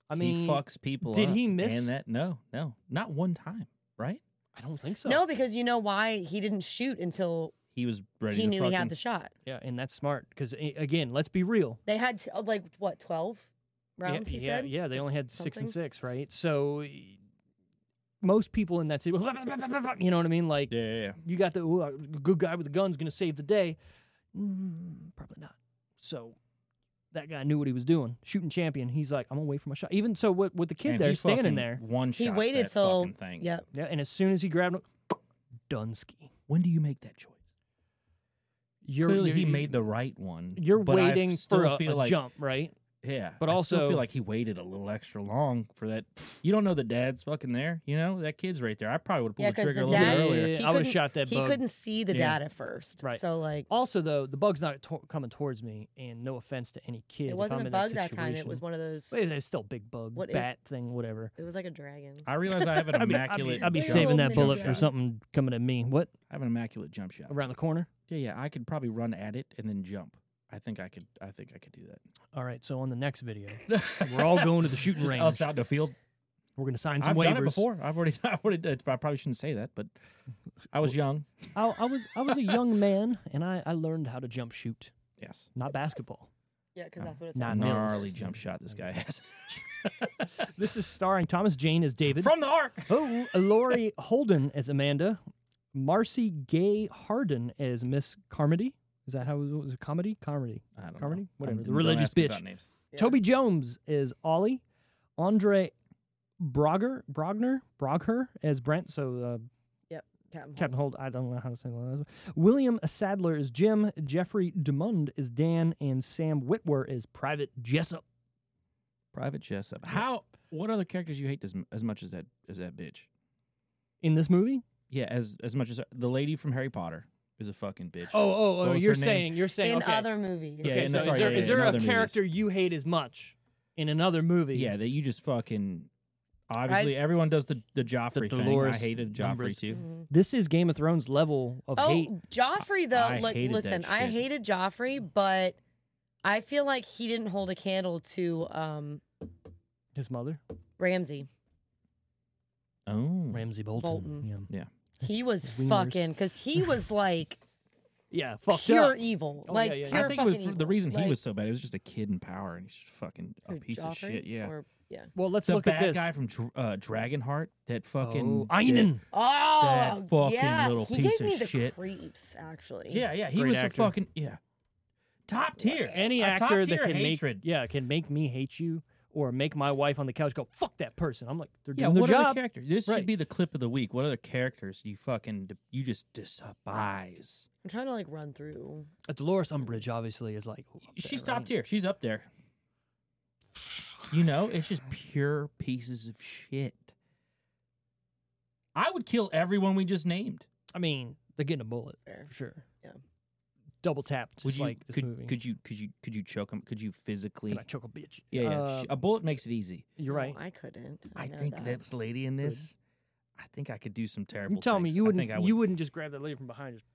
I mean,
he fucks people.
did
up,
he miss-
And that no, no, not one time. Right?
I don't think so.
No, because you know why he didn't shoot until
He was ready.
he
to
knew he had
fucking-
the shot.
Yeah, and that's smart because again, let's be real.
They had t- like what twelve rounds.
yeah,
he
yeah,
said.
yeah, they only had six and
something.
six, right? So y- most people in that city, you know what I mean? Like
Yeah, yeah, yeah.
you got the "Ooh, uh, good guy with the gun's going to save the day. Mm, probably not. So that guy knew what he was doing. Shooting champion. He's like, I'm gonna wait for my shot. Even so, with with the kid
And
there
he
standing
fucking
there,
One
He waited till
thing.
yeah.
yeah. And as soon as he grabbed him, Dunsky.
When do you make that choice?
You're,
Clearly,
you're-
he made the right one.
You're
but I
waiting
still
for a,
feel
a
like,
jump, right?
Yeah,
But
I still
also-
feel like he waited a little extra long for that. You don't know the dad's fucking there. You know that kid's right there. I probably would have
Yeah,
pulled the
'cause
trigger
the
a little
dad-
bit earlier.
He
I would have
couldn't-
shot that
He
bug.
couldn't see the
Yeah.
dad at first,
Right.
so like
Also, though, the bug's not to- coming towards me, and no offense to any kid.
it
if
wasn't
I'm
a
in
bug
that,
that, time. It
situation-
was one of those.
Well, It's still a big bug,
What is-
bat thing, whatever.
It was like a dragon.
I realize I have an
I'd be, I'd be-
immaculate.
I'd be
Big
jump-
saving
old
that
mini
bullet for
shot.
something coming at me. What
I have an immaculate jump shot.
around the corner?
Yeah, yeah. I could probably run at it and then jump. I think I could. I think I could do
All right. So on the next video,
that.
we're all going to the shooting
Just
range.
Us out in the field.
we're gonna sign some
I've
waivers.
done it before. I've already. I've already. done it, but I probably shouldn't say that, but I was young.
I, I was I was a young man, and I, I learned how to jump shoot,
Yes.
not basketball.
Yeah, because that's what it's.
Nah,
sounds
no.
like.
Gnarly jump shot this guy has
This is starring Thomas Jane as David.
from the arc.
Oh, Lori Holden as Amanda, Marcy Gay Harden as Miss Carmody. Is that how it was? was it comedy? Comedy.
I don't know.
Carmody? Whatever,
I'm-
the
don't
religious
ask me
bitch.
about names.
Yeah.
Toby Jones is Ollie. Andre Brogger, Brogner, Brogher as Brent. So uh,
Captain
Captain Holt, I don't know how to say that. William Sadler is Jim. Jeffrey Demond is Dan. And Sam Whitwer is Private Jessup.
Private Jessup. How? What other characters you hate as m- as much as that as that bitch?
In this movie?
Yeah, as as much as the lady from Harry Potter is a fucking bitch.
Oh, oh,
What
oh!
was
You're
her name?
saying, you're saying,
in
okay.
other movies.
Yeah,
okay,
in
so
the-
is
sorry,
there,
yeah,
is
in
there a
other movies.
character you hate as much in another movie?
yeah, that you just fucking. Obviously, everyone does the the Joffrey thing. I
Dolores
hated Joffrey
numbers. Mm-hmm.
too.
Mhm.
This is Game of Thrones level of
Oh,
hate.
Joffrey though.
I
like,
hated that
listen, I
shit.
hated Joffrey, but I feel like he didn't hold a candle to um
His mother,
Ramsey.
Oh,
Ramsay Bolton.
Bolton.
Yeah.
He was
Wingers.
fucking because he was like
Yeah, fucked
pure
up.
evil.
Oh,
like
yeah, yeah, yeah.
pure
I think it was
fucking
the
evil.
reason he
Like,
was so bad. It was just a kid in power, and he's just fucking a
who,
piece of
Joffrey?
shit. Yeah.
Or- yeah.
Well, let's
the
look
bad
at this.
guy from Dr- uh, Dragonheart, that
oh,
fucking
Einen.
Oh,
fucking
yeah.
little
he
piece
gave me
of
the
shit.
creeps, actually.
Yeah, yeah, he
Great
was
actor.
a fucking yeah, top tier.
Any
A top
actor that
tier
can
hatred.
make yeah can make me hate you or make my wife on the couch go fuck that person. I'm like they're
yeah,
doing their
what other
job.
character? This
Right.
should be the clip of the week. What other characters you fucking de- you just despise?
I'm trying to like run through.
Uh, Dolores Umbridge obviously is like up
She's
there,
top
right?
tier. She's up there. You know, it's just pure pieces of shit. I would kill everyone we just named.
I mean, they're getting a bullet
Fair.
for sure.
Yeah.
double tapped. Just
Would you?
like this
could,
movie.
could you? Could you? Could you choke him? Could you physically?
Can I choke a bitch?
Yeah, yeah.
Uh,
sh- a bullet makes it easy.
you're
No,
right.
I couldn't. I,
I
know
think
that.
this lady in this. I think I could do some terrible.
You tell me
things.
you
I
wouldn't
think I would
you wouldn't just grab that lady from behind. Just,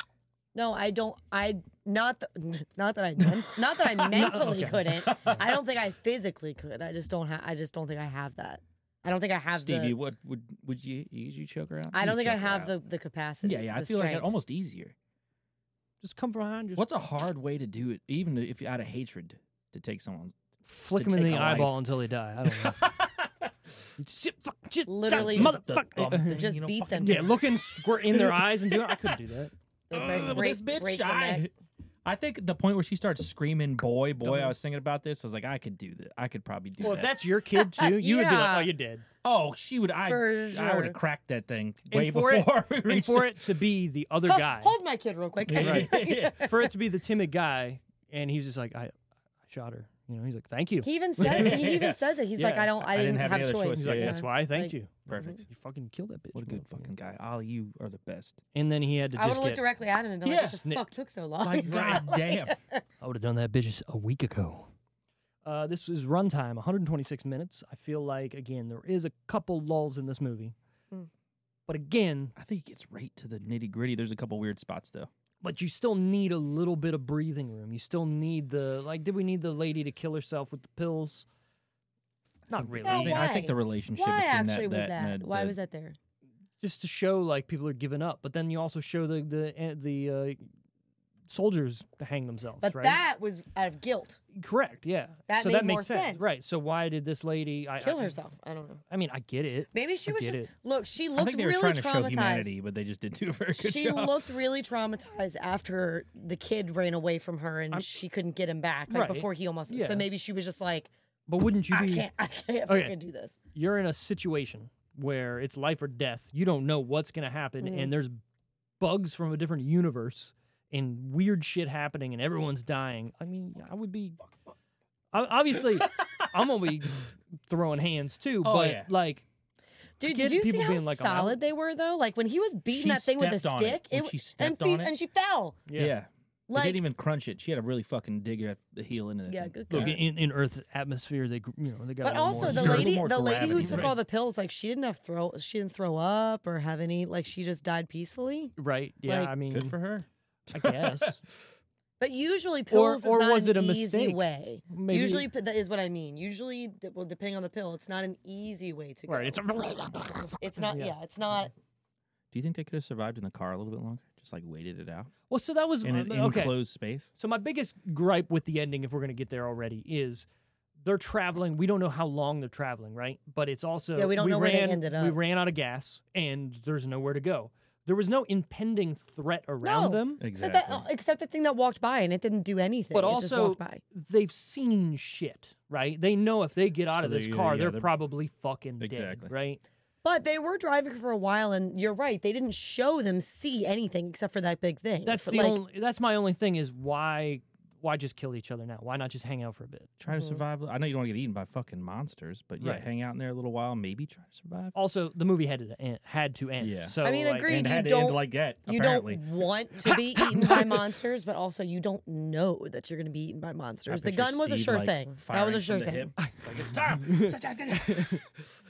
No, I don't. I not th- not that I men- not that I mentally
okay.
couldn't. I don't think I physically could. I just don't have. I just don't think I have that. I don't think I have
Stevie,
the.
what would would you would you choke her out?
I
You
don't think I
choke her
have
out.
the the capacity.
Yeah, yeah. I
the
feel like that
strength.
almost easier.
just come behind. Just
What's a hard way to do it, even if you're out of hatred, to take someone?
flick
to
him in
take
the
a life.
eyeball until they die. I don't know. Shit, fuck, shit,
Literally
die,
just
the dumb
motherfucker.
thing,
Just
you know,
beat them.
fucking-
Yeah, looking squirt in their eyes and do it. I couldn't do that.
The break-
Ugh,
break-
this bitch,
break the
I,
neck.
I think the point where she starts screaming, "Boy, boy!" I was thinking about this. I was like, I could do that. I could probably do
Well, if
that.
that's your kid too, you would be like,
Yeah.
"Oh, you're dead."
oh, she would. I
For
I would
sure.
have cracked that thing
And
way
for it-
before. we
And
reached
for it to be the other
Hold-
guy,
Hold my kid real quick.
Yeah, right.
for it to be the timid guy, and he's just like, "I, I shot her." You know, he's like, thank you.
He even said he even says it. He's like,
Yeah.
I don't, I, didn't, have,
any
a
other
choice.
he's
yeah,
like,
yeah.
that's why I thanked
Like,
you.
Perfect.
You fucking killed that bitch.
What a good
motherfucker.
fucking guy. Ali, you are the best.
And then he had to
I would
just
have looked
get,
directly at him and been
Yeah.
like, "What the
Snip.
fuck took so long?"
Like, God damn.
I would have done that bitch a week ago. Uh, this is runtime, 126 minutes. I feel like again there is a couple lulls in this movie,
Mm.
but again,
I think it gets right to the nitty gritty. There's a couple weird spots though.
but you still need a little bit of breathing room. You still need the like. Did we need the lady to kill herself with the pills? Not really.
I, think, I
why?
think the relationship
Why
between
actually
that,
was
that, and
that?
the-
Why
the-
was that there?
Just to show like people are giving up, but then you also show the the eh, the uh, soldiers to hang themselves.
But
right?
that was out of guilt.
correct, yeah.
That
so
made
that
more
makes sense.
sense.
right? So why did this lady I,
Kill
I,
herself. I don't know.
I mean, I get it.
Maybe she
I
was
get
just
it.
look. She
I
looked
think they were
really
trying to show
traumatized.
humanity, but they just didn't do a very good
she
job.
looked really traumatized after the kid ran away from her and
I'm-
she couldn't get him back like
Right.
before he almost.
Yeah.
So maybe she was just like,
But wouldn't you
I
be?
can't, I can't
Okay.
fucking do this.
You're in a situation where it's life or death. You don't know what's going to happen,
Mm-hmm.
and there's bugs from a different universe and weird shit happening, and everyone's dying. I mean, I would be. I, obviously, I'm gonna be throwing hands too,
Oh,
but
yeah.
like,
Dude,
get
did you see
people
how
being like, I'm out.
solid they were though? Like when he was beating
She
that thing with a
stepped on it.
stick,
When
wa-
she
and,
stepped
fe-
on it-
and she fell.
yeah.
Like
they didn't even crunch it. She had a really fucking dig at the heel into that.
yeah,
thing.
good
Look
God.
in, in Earth's atmosphere, they gr- you know they got.
But
a little
also
more
the
Sure.
lady,
More
the lady who
gravity,
took
right.
all the pills, like she didn't have throw, she didn't throw up or have any, like she just died peacefully.
right? Yeah,
like-
I mean,
Good for her.
I guess
But usually pills
or
is not
was it
an
a
easy
mistake?
way.
Maybe-
Usually p- that is what I mean. Usually, d- well, depending on the pill, it's not an easy way to go.
right. It's
It's not.
Yeah.
Yeah. it's not.
Do you think they could have survived in the car a little bit longer? Just like waited it out
well, so that was
in an
my- okay.
enclosed space.
So my biggest gripe with the ending, if we're gonna get there already, is they're traveling. We don't know how long they're traveling, right? But it's also
Yeah, we don't know where
ran,
they ended
We
up.
ran out of gas, and there's nowhere to go. There was no impending threat around
No.
them,
Except,
Exactly.
that, oh, except the thing that walked by and it didn't do anything.
but
it just
also
walked by.
they've seen shit, right? They know if they get out
So
of this
they're- yeah,
car,
yeah,
they're,
they're-
probably fucking
Exactly.
dead, right?
But they were driving for a while, and you're right. They didn't show them see anything except for that big thing.
That's
So,
the
like,
only. That's my only thing is why why just kill each other now? Why not just hang out for a bit?
try to survive. I know you don't want to get eaten by fucking monsters, but yeah,
Right.
hang out in there a little while, maybe try to survive.
Also, the movie had to end, had to end.
Yeah.
So
I mean,
like,
agreed.
and
you
had to end
don't-
like that.
You
apparently.
don't want to be eaten by monsters, but also you don't know that you're going to be eaten by
I
monsters. The
picture
gun was a
Steve,
sure
like,
thing. That was
firing
a
from
sure
the
thing.
hip. It's like it's time.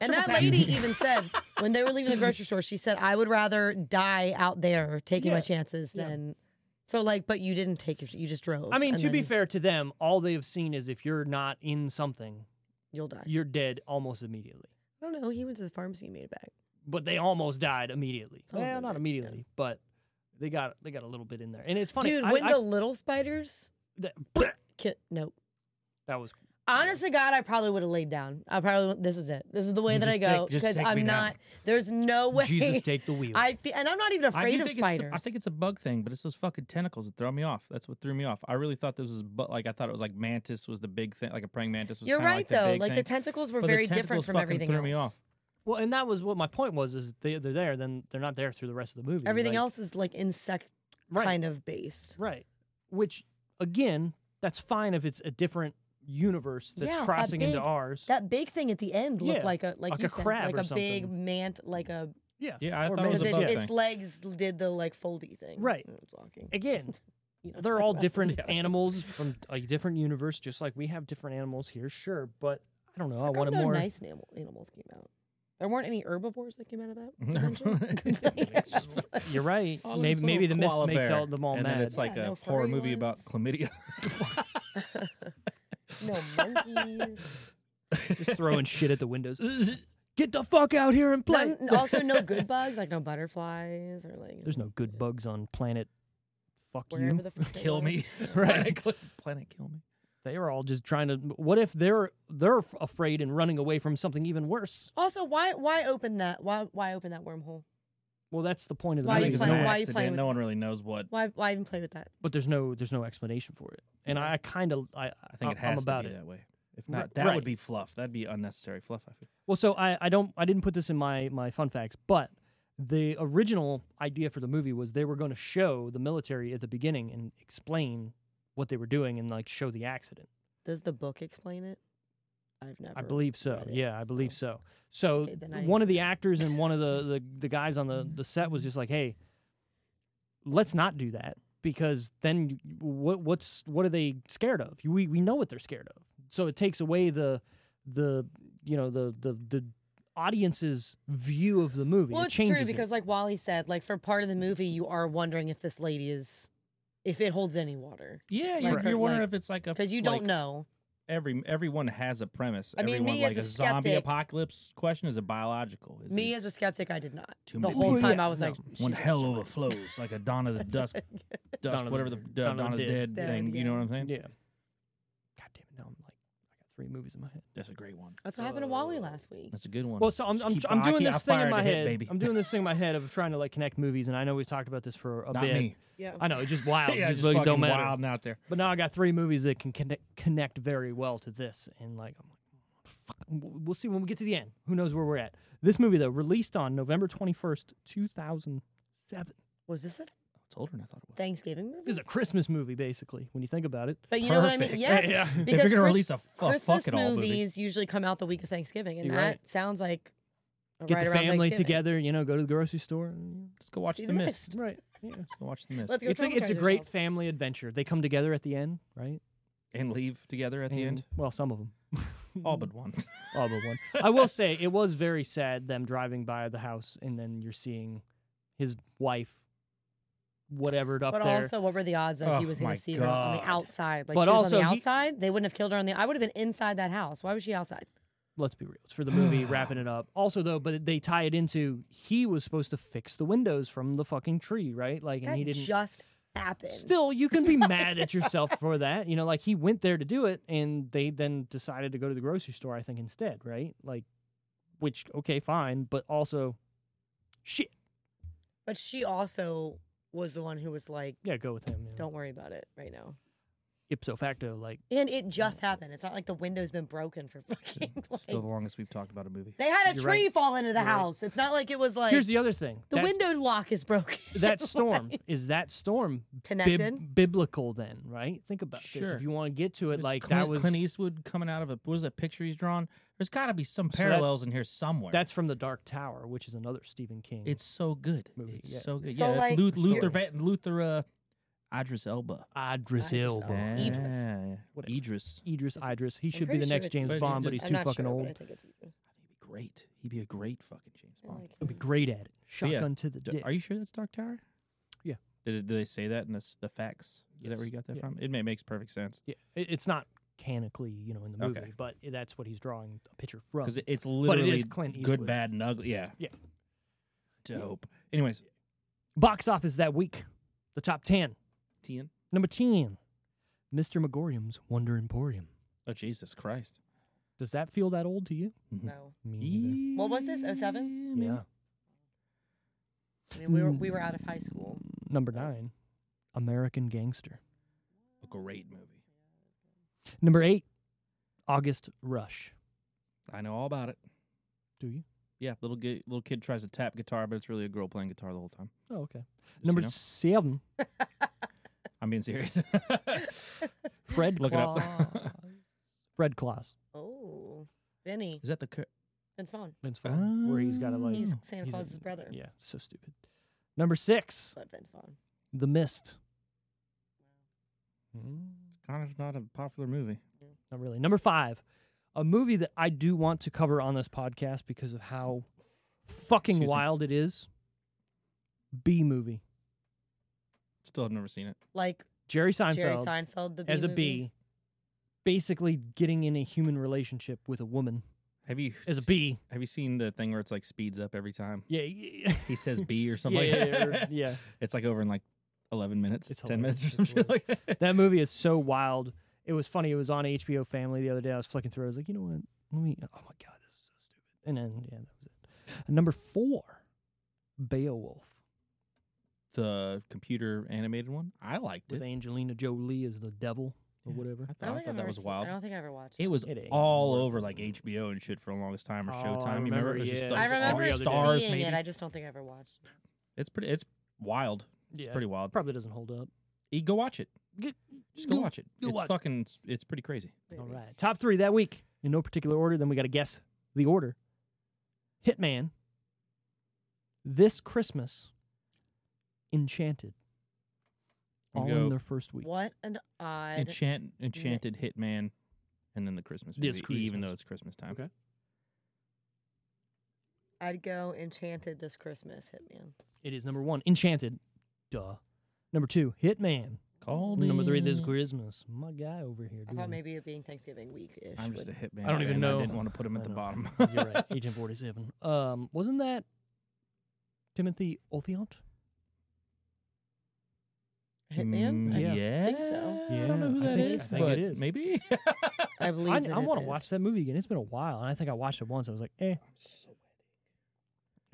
And that lady even said when they were leaving the grocery store, she said, "I would rather die out there taking
Yeah.
my chances
Yeah.
than." So like, but you didn't take your, you just drove.
I mean,
and
to be
then
fair to them, all they have seen is if you're not in something,
you'll die.
you're dead almost immediately.
I don't know. He went to the pharmacy and made it back.
But they almost died immediately.
all
Well, not
they did, yeah.
immediately, but they got they got a little bit in there, and it's funny.
Dude,
I-
when
I-
the little spiders,
that,
ki- nope.
that was
Honest to God, I probably would have laid down. I probably would- this is it. This is the way that I
Just take-
go
just
because
take me
I'm
now.
not. There's no way.
Jesus take the wheel.
I fe- and I'm not even
I do
afraid of
think it's the-
spiders.
I think it's a bug thing, but it's those fucking tentacles that throw me off. That's what threw me off. I really thought this was, but like I thought it was like mantis was the big thing, like a praying mantis. Was
you're
kinda
right
the
though.
big
Like the
thing.
tentacles were
But the
very different
tentacles
from
fucking
everything
threw
else.
me off.
well, and that was what my point was: is they they're there, then they're not there through the rest of the movie.
Everything
Like,
else is like insect
Right.
kind of based.
right? Which again, that's fine if it's a different universe that's
Yeah, that
crossing into
big-
ours.
That big thing at the end looked
Yeah,
like a like,
like
you
a
said,
crab or
like a big
something.
mant like a
yeah.
Yeah, I
Or
thought it was
because
mantis.
a
it,
bug
butt
its
thing.
legs did the like foldy thing.
Right.
It was walking.
Again,
You know,
they're
talk
all
about-
different
Yeah.
animals from a different universe, just like we have different animals here, sure. But I don't know. I
How come
wanted
no
more.
nice animal, animals came out. There weren't any herbivores that came out of that.
Herbivores.
convention?
You're right.
Oh,
maybe
this
maybe the
little
mist
koala
makes
bear.
all them all
and
mad.
Then it's like
Yeah,
a
no
horror
furry
movie about
ones.
chlamydia.
no monkeys.
Just throwing shit at the windows. Get the fuck out here and play.
None- also, no good bugs, like no butterflies or like
There's no good bugs on planet. Fuck
wherever
you.
the fuck they
kill
was.
me.
Right.
Planet, Planet kill me.
They are all just trying to. What if they're they're f- afraid and running away from something even worse?
Also, why why open that? Why why open that wormhole?
Well, that's the point of the
Why
I
you
movie.
think
is
it's
playing-
an
no-
why you
accident.
playing with
no
it?
one really knows what.
Why why even play with that?
but there's no there's no explanation for it. And I kind of I
I think it
I'm
has
about
to be
it.
that way. If
R-
not, that
right.
would be fluff. That'd be unnecessary fluff. I feel.
Well, so I, I don't I didn't put this in my my fun facts, but the original idea for the movie was they were going to show the military at the beginning and explain what they were doing and like show the accident.
Does the book explain it? I've never.
I believe so.
read it,
Yeah, I believe so. So
Okay, then I need
one
to
of the
read it.
actors and one of the, the the guys on the the set was just like, "Hey, let's not do that because then you- what what's what are they scared of? We we know what they're scared of. So it takes away the the you know the the the audience's view of the movie.
Well,
it
it's true
changes it.
because, like Wally said, like for part of the movie, you are wondering if this lady is, if it holds any water,
Yeah, you're,
Like,
you're
like-
wondering if it's like a
because you
like,
don't know.
Every everyone has a premise.
I mean,
everyone
me
like
as a
zombie
skeptic-
apocalypse question is a biological. Is
Me
it
as a skeptic, I did not.
too
the
many
whole
people?
time I was
No.
like,
when
"She's
hell
extra."
overflows, like a Dawn of the Dusk,
Dawn of
dust,
the-
whatever the Dawn, Dawn of the Dead,
Dead,
thing. You know what I'm saying?
yeah. God damn it! Now I'm like, I got three movies in my head.
That's a great one.
That's what happened to Wally last week.
That's a good one.
Well, so I'm
Just
I'm,
keep-
I'm
I
doing
keep- I
this thing
fired
in
a
my
hit,
head.
baby.
I'm doing this thing in my head of trying to like connect movies, and I know we've talked about this for a
Not
bit.
me.
Yeah.
I know it's just wild.
Yeah,
just,
just
like,
fucking
don't matter.
wild out there.
But now I got three movies that can connect, connect very well to this, and like, I'm like, fuck, w- we'll see when we get to the end. Who knows where we're at? This movie though, released on November 21st, 2007.
Was this a
It's older than I thought it was.
Thanksgiving movie?
It's a Christmas movie, basically, when you think about it.
But you know what I mean?
Perfect.
Yes.
Yeah. If you're
Because
gonna
Chris-
release a f- a
Christmas
fuck it all movie.
movies usually come out the week of Thanksgiving, and
You're
that
right.
sounds like
Get
right
the
around
family
Thanksgiving.
together, you know, go to the grocery store. and-
Let's go watch
See
the
The
mist.
Mist.
Right. Yeah.
Let's go watch the mist
Let's go
It's a, it's a
traumatize
great
yourself.
family adventure. They come together at the end, right?
and leave together at the
And-
end.
Well, some of them.
All but one.
All but one. I will say it was very sad them driving by the house and then you're seeing his wife whatevered up
But
there.
also, what were the odds that he
Oh
was going
my
to see her on the
God.
outside? Like,
But
she was
also
on
he-
the outside, they wouldn't have killed her on the. I would have been inside that house. Why was she outside?
Let's be real. It's for the movie, wrapping it up. Also though, but they tie it into he was supposed to fix the windows from the fucking tree, right? Like and
that
he didn't
just happened.
Still, you can be mad at yourself for that. You know, like he went there to do it and they then decided to go to the grocery store, I think, instead, right? Like which okay, fine, but also shit.
but she also was the one who was like,
Yeah, go with him. you know.
"Don't worry about it right now."
Ipso facto, like
And it just happened. It's not like the window's been broken for fucking. Like,
Still the longest we've talked about a movie.
they had a
You're
tree
right.
fall into the
You're right.
house. It's not like it was like
Here's the other thing.
the
that,
window lock is broken.
That storm is that storm bib-
connected.
biblical then, right? Think about this.
Sure.
If you want to get to it,
There's
like
Clint,
that was
Clint Eastwood coming out of a what is that picture he's drawn? There's got to be some
So that-
parallels in here somewhere.
that's from the Dark Tower, which is another Stephen King.
it's so good.
Movie,
It's
yeah.
so good.
So,
yeah, that's
like-
Luth-
Story.
Luther Van- Luther uh, Idris Elba.
Idris
Idris
Elba.
Elba. Oh, Idris.
Yeah.
Whatever.
Idris.
Idris Idris. He
I'm
should be
pretty
the
sure
next
it's
James
Idris.
Bond, but he's
I'm
too
not
fucking
sure, but
old.
I think it's Idris.
I think he'd be great. He'd be a great fucking James
I
Bond.
like
He'll be great at it.
But
Shotgun
yeah,
to the
d-
dick.
Are you sure that's Dark Tower?
Yeah.
Did, did they say that in the s- the facts? Is that where you got that
Yeah.
from? It may, makes perfect sense
yeah, it- it's not canically, you know, in the movie,
Okay.
but that's what he's drawing a picture from.
because it's literally
Clint
good,
Eastwood.
bad, and ugly. Yeah.
Yeah.
Dope. Anyways,
Box office that week, the top ten.
Tien.
Number 10, Mr. Megorium's Wonder Emporium.
Oh Jesus Christ.
Does that feel that old to you?
No.
Me neither.
What was this, 07?
maybe?
Yeah.
I mean, we were we were out of high school.
Number 9, American Gangster.
A great movie.
Number 8, August Rush.
I know all about it.
Do you?
Yeah, little gi- little kid tries to tap guitar, but it's really a girl playing guitar the whole time.
Oh, okay.
Just so
Number
you know.
7,
I'm being serious.
Fred
Look it up.
Claus. Fred Claus.
Oh, Vinny,
Is that the? Cur-
Vince Vaughn.
Vince Vaughn, where he's got to like.
He's
Oh,
Santa
he's a-
Claus's brother.
Yeah, so stupid. Number 6,
But Vince Vaughn.
The Mist.
Connor's not a popular movie.
Not really. Number five, a movie that I do want to cover on this podcast because of how fucking
Excuse me.
wild it is. B movie.
Still have never seen it.
Like
Jerry Seinfeld
Jerry Seinfeld, the bee
as a
movie.
bee, basically getting in a human relationship with a woman
Have you
as a
s-
bee.
Have you seen the thing where it's like speeds up every time?
Yeah, yeah,
He says B or
yeah,
something. like
yeah,
that.
or- yeah.
It's like over in like eleven minutes,
It's
ten minutes or
hilarious. It's
something like that.
That movie is so wild. It was funny. It was on HBO Family the other day. I was flicking through. it. I was like, you know what? Let me. Oh my god, this is so stupid. And then yeah, that was it. And number four, Beowulf.
The computer animated one. I liked
with
it.
Angelina Jolie as the devil or
Yeah,
whatever.
I
I
thought, I
don't think
thought
I've
that
ever
was
seen-
wild.
I don't think I ever watched.
It was
It ain't
all
worth
over
it.
like HBO and shit for the longest time or
Oh, I
Showtime.
remember,
it was just,
yeah.
like,
I
Every
remember
every
other day.
stars
seeing
maybe.
it. I just don't think I ever watched.
It's pretty. It's wild. It's pretty wild.
Probably doesn't hold up.
E- Go watch it. Just go watch it.
go
It's
watch it.
fucking. It's, it's pretty crazy.
All right. Top three that week in no particular order. Then we got to guess the order. Hitman. This Christmas. Enchanted.
Here
All
we
in
go.
their first week.
What an odd.
Enchant, Enchanted, Hitman, and then the Christmas movie.
This
Even though
Christmas.
it's Christmas time.
Okay.
I'd go Enchanted this Christmas, Hitman.
It is number one. Enchanted. Duh. Number two. Hitman.
Called
Number three.
in.
This Christmas. My guy over here.
I thought
doing-
maybe it being Thanksgiving week ish.
I'm just a hitman.
I don't even
and
know.
I didn't want to put him
I
at the
know.
bottom.
You're right. Agent 47. Um, wasn't that Timothy Olyphant?
Hitman?
Mm,
I
yeah.
think so.
I don't know who
Yeah, I
that
think- I
is,
think it
but
is.
maybe.
I believe
I,
that
I
it
want to
is.
watch that movie again. It's been a while, and I think I watched it once. I was like, eh.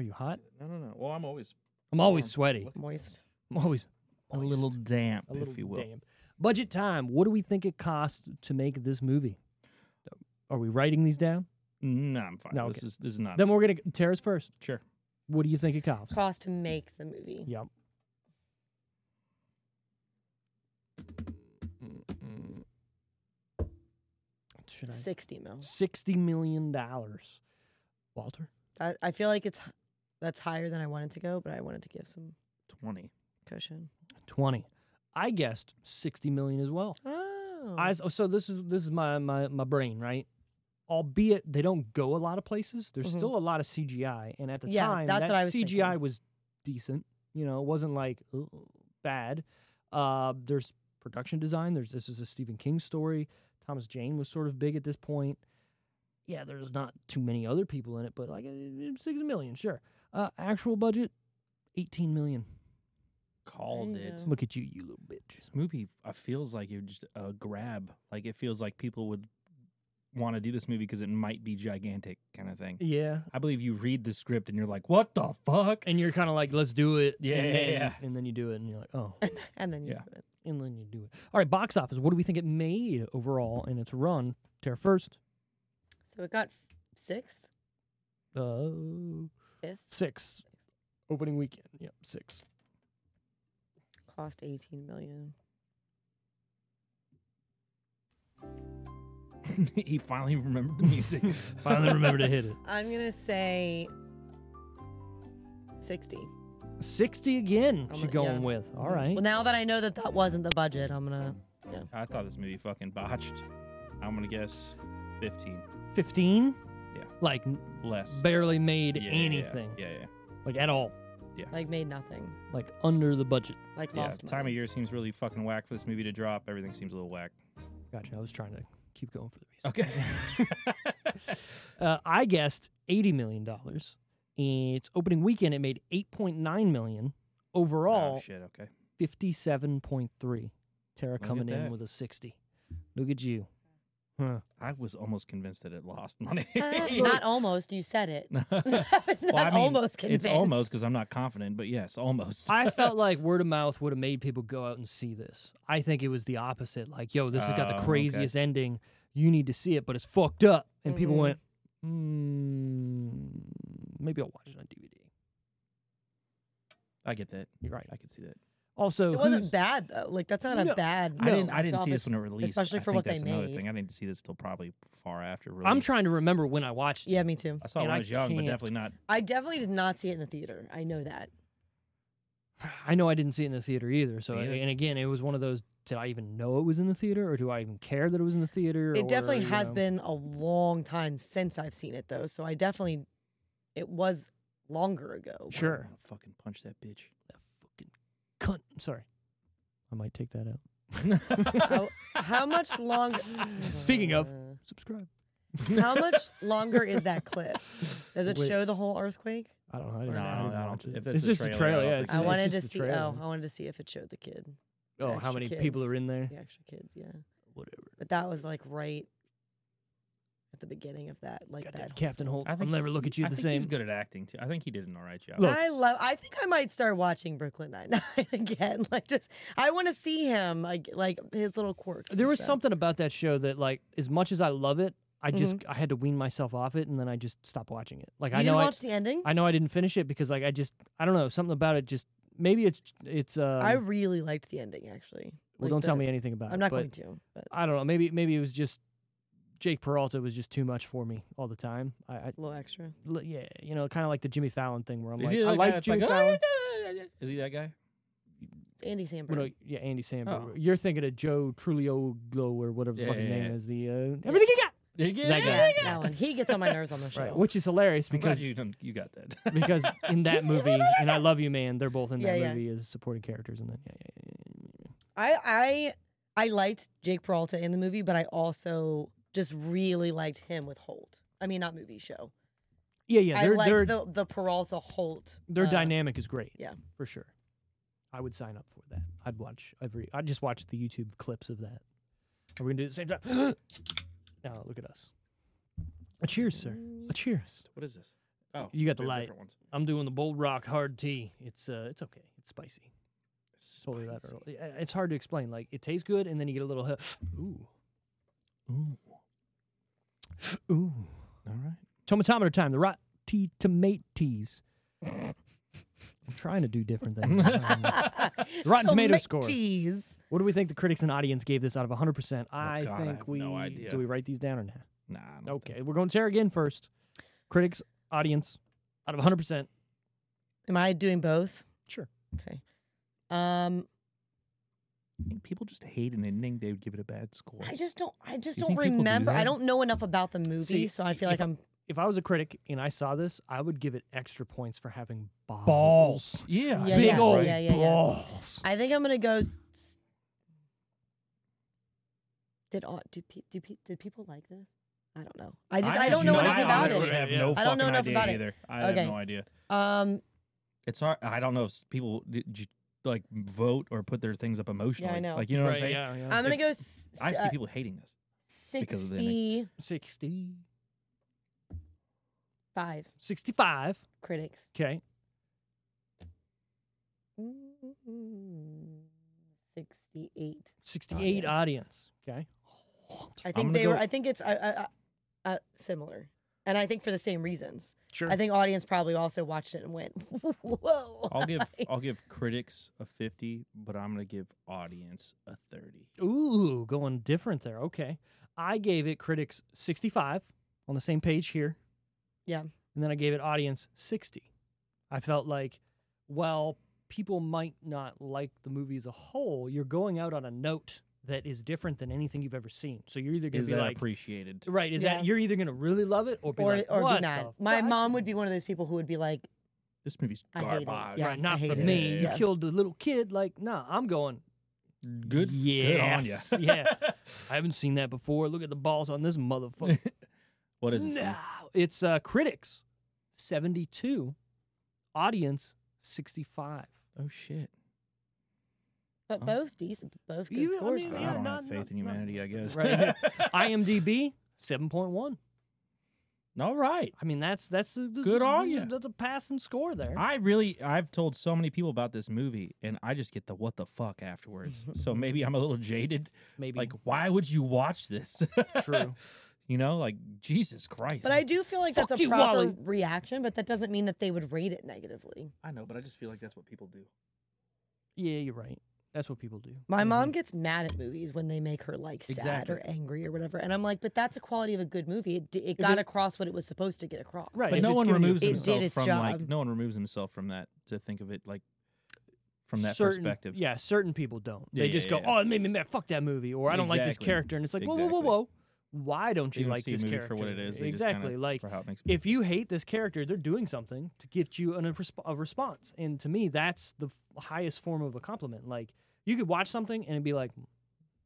Are you hot?
I don't know. Well, I'm always
I'm always
Warm.
sweaty.
Moist.
I'm always
a little damp,
a little
if you will.
damp. Budget time. What do we think it cost to make this movie? Are we writing these down?
No, I'm fine.
No,
this
okay.
is this is not
Then we're gonna Tara's first.
sure.
What do you think it cost?
Cost to make the movie.
Yep. Should I?
60 mil.
Sixty million dollars. Walter.
That, I feel like it's h- that's higher than I wanted to go, but I wanted to give some
Twenty.
cushion.
20 i guessed 60 million as well
Oh.
I s so this is this is my my, my brain right albeit they don't go a lot of places there's
Mhm.
still a lot of cgi and at the
Yeah,
time
that's
that
what I was
cgi
thinking.
was decent you know it wasn't like "Ugh, bad uh there's production design there's this is a stephen king story thomas jane was sort of big at this point yeah there's not too many other people in it but like uh, 6 million sure uh actual budget 18 million
Called
you
it.
go.
look at you you little bitch
This movie uh, feels like it just a grab. Like it feels like people would want to do this movie because it might be gigantic, kind of thing.
yeah
I believe you read the script and you're like, "What the fuck?"
and you're kind of like, let's do it.
Yeah,
and
yeah,
then,
yeah.
And then you do it, and you're like, oh,
and then you
Yeah.
do it.
and then you do it. All right, box office. What do we think it made overall in its run? Tear first,
So it got f- sixth,
uh,
fifth,
six. Opening weekend, yep, six.
cost 18 million.
he finally remembered the music.
Finally remember to hit it.
I'm going to say 60.
Sixty again.
I'm
She
gonna-
going
yeah.
with. All right.
Well, now that I know that that wasn't the budget, I'm going to.
I thought this movie fucking botched. I'm gonna guess fifteen
Fifteen.
Yeah.
Like n-
less.
barely made
Yeah, yeah, yeah.
anything.
Yeah, yeah.
Like at all.
Like, made nothing.
Like under the budget.
Like,
Yeah,
lost
time of
money.
year seems really fucking whack for this movie to drop. Everything seems a little whack.
Gotcha. I was trying to keep going for the reason.
Okay.
Uh, I guessed eighty million dollars. Its opening weekend, it made eight point nine million
oh
overall,
shit. Okay.
fifty-seven point three. Tara
at
coming in
that.
with a sixty. Look at you. Huh.
I was almost convinced that it lost money.
Not almost. You said it.
well,
It's not almost
It's
convinced.
almost because I'm not confident, but yes, almost.
I felt like word of mouth would have made people go out and see this. I think it was the opposite. Like, yo, this has got
Oh,
the
okay.
craziest ending. You need to see it, but it's fucked up. And people
Mm-hmm.
Mm-mm.
went, mm, maybe I'll watch it on DVD.
I get that.
You're right.
I can see that.
Also,
It
who's-
wasn't bad, though. Like, that's not
No,
a bad.
I didn't. I
box
didn't see
office.
this when it released,
especially
I
for
think
what they
that's another
made.
Thing. I didn't see this till probably far after. Release.
I'm trying to remember when I watched it.
Yeah, me too.
I saw it
and
when I
I
was young, but
can't-
definitely not.
I definitely did not see it in the theater. I know that.
I know I didn't see it in the theater either. So,
Me either.
and again, it was one of those. Did I even know it was in the theater, or do I even care that it was in the theater?
It
or,
definitely
you
has
know?
been a long time since I've seen it though, so I definitely it was longer ago. but-
Sure.
I'll fucking punch that bitch.
That fucking cunt. I'm sorry, I might take that out.
How, how much longer?
Speaking of-
Uh,
Subscribe.
how much longer is that clip? Does it
Wait.
show the whole earthquake?
I don't know. I didn't,
No,
I didn't
I
watch
don't-
it.
if
it's,
it's a
just a
trailer, I
trailer.
don't
Yeah,
think
it's-
I
it's
wanted to
just a
see.
trailer.
Oh, I wanted to see if it showed the kid,
oh, how
extra
many people
kids.
are in there?
the extra kids. Yeah,
Whatever.
but that was like right at the beginning of that, like
Goddamn,
that.
Captain Holt. I'll never
he-
look at you
I
the
think
same.
He's good at acting too. I think he did an alright job.
Look.
I love. I think I might start watching Brooklyn Nine Nine again. Like, just I want to see him, like, like his little quirks. and
There was
stuff.
something about that show that, like, as much as I love it, I just I had to wean myself off it, and then I just stopped watching it. Like
Mm-hmm. You
I know
didn't
I,
watch the ending.
I know I didn't finish it because like I just I don't know something about it just maybe it's it's uh
I really liked the ending actually.
Well,
like
don't tell
the-
me anything about it.
I'm not
but
going to. But
I don't know. Maybe maybe it was just Jake Peralta was just too much for me all the time. I, I
a little extra.
l- yeah, you know, kind of like the Jimmy Fallon thing where I'm
Is
like,
he the
I
guy
like
that's
Jimmy
like, "Oh,
Fallon.
yeah, yeah, yeah, yeah." Is he that guy?
It's Andy
Well,
Samberg.
no, uh, yeah, Andy Samberg.
Oh.
You're thinking of Joe Trulioglo or whatever the
Yeah,
fuck his
yeah,
name
yeah.
is. The uh, everything you got, That
yeah,
guy.
that one. He gets on my nerves on the show.
right? Which is hilarious
Because
because
you done, you got that.
because in that movie and I Love You Man, they're both in that
Yeah, yeah.
movie as supporting characters. And then yeah, yeah, yeah, yeah, yeah.
I I I liked Jake Peralta in the movie, but I also just really liked him with Holt. I mean, not movie show.
yeah, yeah.
I
They're,
liked
they're,
the the Peralta Holt.
their
uh,
dynamic is great.
yeah.
for sure. I would sign up for that. I'd watch every. I'd just watch the YouTube clips of that. Are we gonna do it at the same time? no, look at us. A cheers, sir. A cheers.
what is this? Oh,
You got the
they're
light.
different ones.
I'm doing the Bold Rock hard tea. It's uh, it's okay. It's spicy. Totally that early.
Spicy.
I- It's hard to explain. Like it tastes good, and then you get a little ooh
Ooh,
ooh.
all right.
Tomatometer time. The rot tea tomates. I'm trying to do different things. I don't know. Rotten Tomato score.
Cheese.
What do we think the critics and audience gave this out of 100%? I
Oh, God, I
think
have
we
no idea.
do we write these down or not?
Nah. I don't think-
Okay, we're going to tear again first. Critics, audience, out of 100%.
Am I doing both?
Sure.
Okay. Um,
I think people just hate an ending. They would give it a bad score.
I just don't. I just
You
don't
think people do
remember. I
that?
don't know enough about the movie,
See,
so I feel
if
like
I-
I'm.
If I was a critic and I saw this, I would give it extra points for having balls.
Yeah.
Yeah,
Big
yeah,
old
yeah, yeah, yeah.
balls.
I think I'm gonna go. s- Did all do pe- do pe- did people like this? I don't know. I just I,
actually
don't know
know-
enough
I
about
honestly
it.
have no
I don't know
fucking
enough
idea
about it.
either. I
Okay.
have no idea.
Um,
It's hard. I don't know if s- people did you, like vote or put their things up emotionally.
know.
Like you know what I'm saying?
Yeah, yeah.
I'm gonna
If-
go. S-
I've
uh,
seen people hating this. because of the ending.
sixty-five
60, 65.
critics.
Okay.
Mm, Sixty-eight.
68
Oh,
Audience.
audience. Okay.
I
I'm
think
gonna
they were.
go-
I think it's uh, uh, uh, uh, similar, and I think for the same reasons.
Sure.
I think audience probably also watched it and went, "Whoa!"
I'll give I'll give critics a fifty, but I'm gonna give audience a thirty.
Ooh, going different there. Okay. I gave it critics 65 on the same page here.
Yeah.
And then I gave it audience 60. I felt like, well, people might not like the movie as a whole. You're going out on a note that is different than anything you've ever seen. So you're either going
Is
to be
that
like,
appreciated?
right, is
Yeah.
that you're either going to really love it or be
or
like,
or
what
be
the
not. My
fuck?
mom would be one of those people who would be like,
This movie's
I hate it.
garbage.
Yeah,
right,
I
not
hate
for
it.
me. You
Yeah.
killed the little kid. Like, nah, I'm going.
Good.
Yes.
Good on ya.
yeah. I haven't seen that before. Look at the balls on this motherfucker.
what is it?
no,
Steve?
it's uh, critics, seventy-two, audience sixty-five.
Oh shit.
"But
Huh?
both decent, both good
You- I
scores."
mean,
though.
I
Yeah,
don't
not-
have faith
not-
in
not-
humanity. I guess.
Right. IMDb seven point one.
All right.
I mean, that's that's a, that's
Good
a-
on ya.
That's a passing score there.
I really, I've told so many people about this movie, and I just get the what the fuck afterwards. so maybe I'm a little jaded.
Maybe
Like, why would you watch this?
True.
you know, like Jesus Christ.
But I do feel like that's
Fuck
a
you,
proper
Wally.
reaction, but that doesn't mean that they would rate it negatively.
I know, but I just feel like that's what people do.
yeah, you're right. That's what people do.
My mom gets mad at movies when they make her like sad
Mm-hmm. Exactly.
or angry or whatever, and I'm like, "But that's a quality of a good movie. It, d- it got
it-
across what it was supposed to get across."
Right.
But
if
no
it's
one
giving you-
removes
It did
himself
its
from like
job.
no one removes himself from that to think of it like from that
certain,
perspective.
Yeah, certain people don't.
Yeah,
they
yeah,
just go,
yeah.
"Oh, it made me mad. Fuck that movie," or "I don't like this
Exactly.
character," and it's like, "Whoa, whoa,
Exactly.
whoa, whoa! Why don't
They
you
don't
like
see a
this
movie
character
for what it is. They just kinda-
exactly. Like
for how it makes
if you hate this character, they're doing something to get you an, a, resp- a response. And to me, that's the f- highest form of a compliment. Like you could watch something and be like,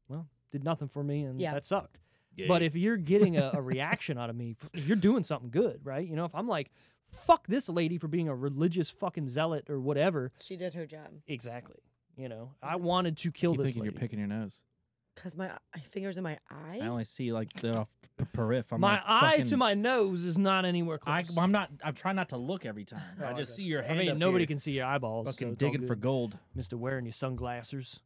"Well, did nothing for me, and
Yeah.
that sucked."
Yeah,
But
yeah.
if you're getting a, a reaction out of me, f- you're doing something good, right? You know, if I'm like, "Fuck this lady for being a religious fucking zealot" or whatever,
She did her job
exactly. You know, I wanted to kill
keep
this
thinking
lady.
you're picking your nose,
because my my fingers in my eye.
I only see like the off p- perif. I'm
my
like,
eye to
fucking-
my nose is not anywhere
I,
close.
I'm not. I'm trying not to look every time.
Oh,
I
I
just
got
see your
I
hand.
mean,
up
nobody
here,
can see your eyeballs.
fucking
so it's all
digging for
good.
gold.
Mister wearing your sunglasses.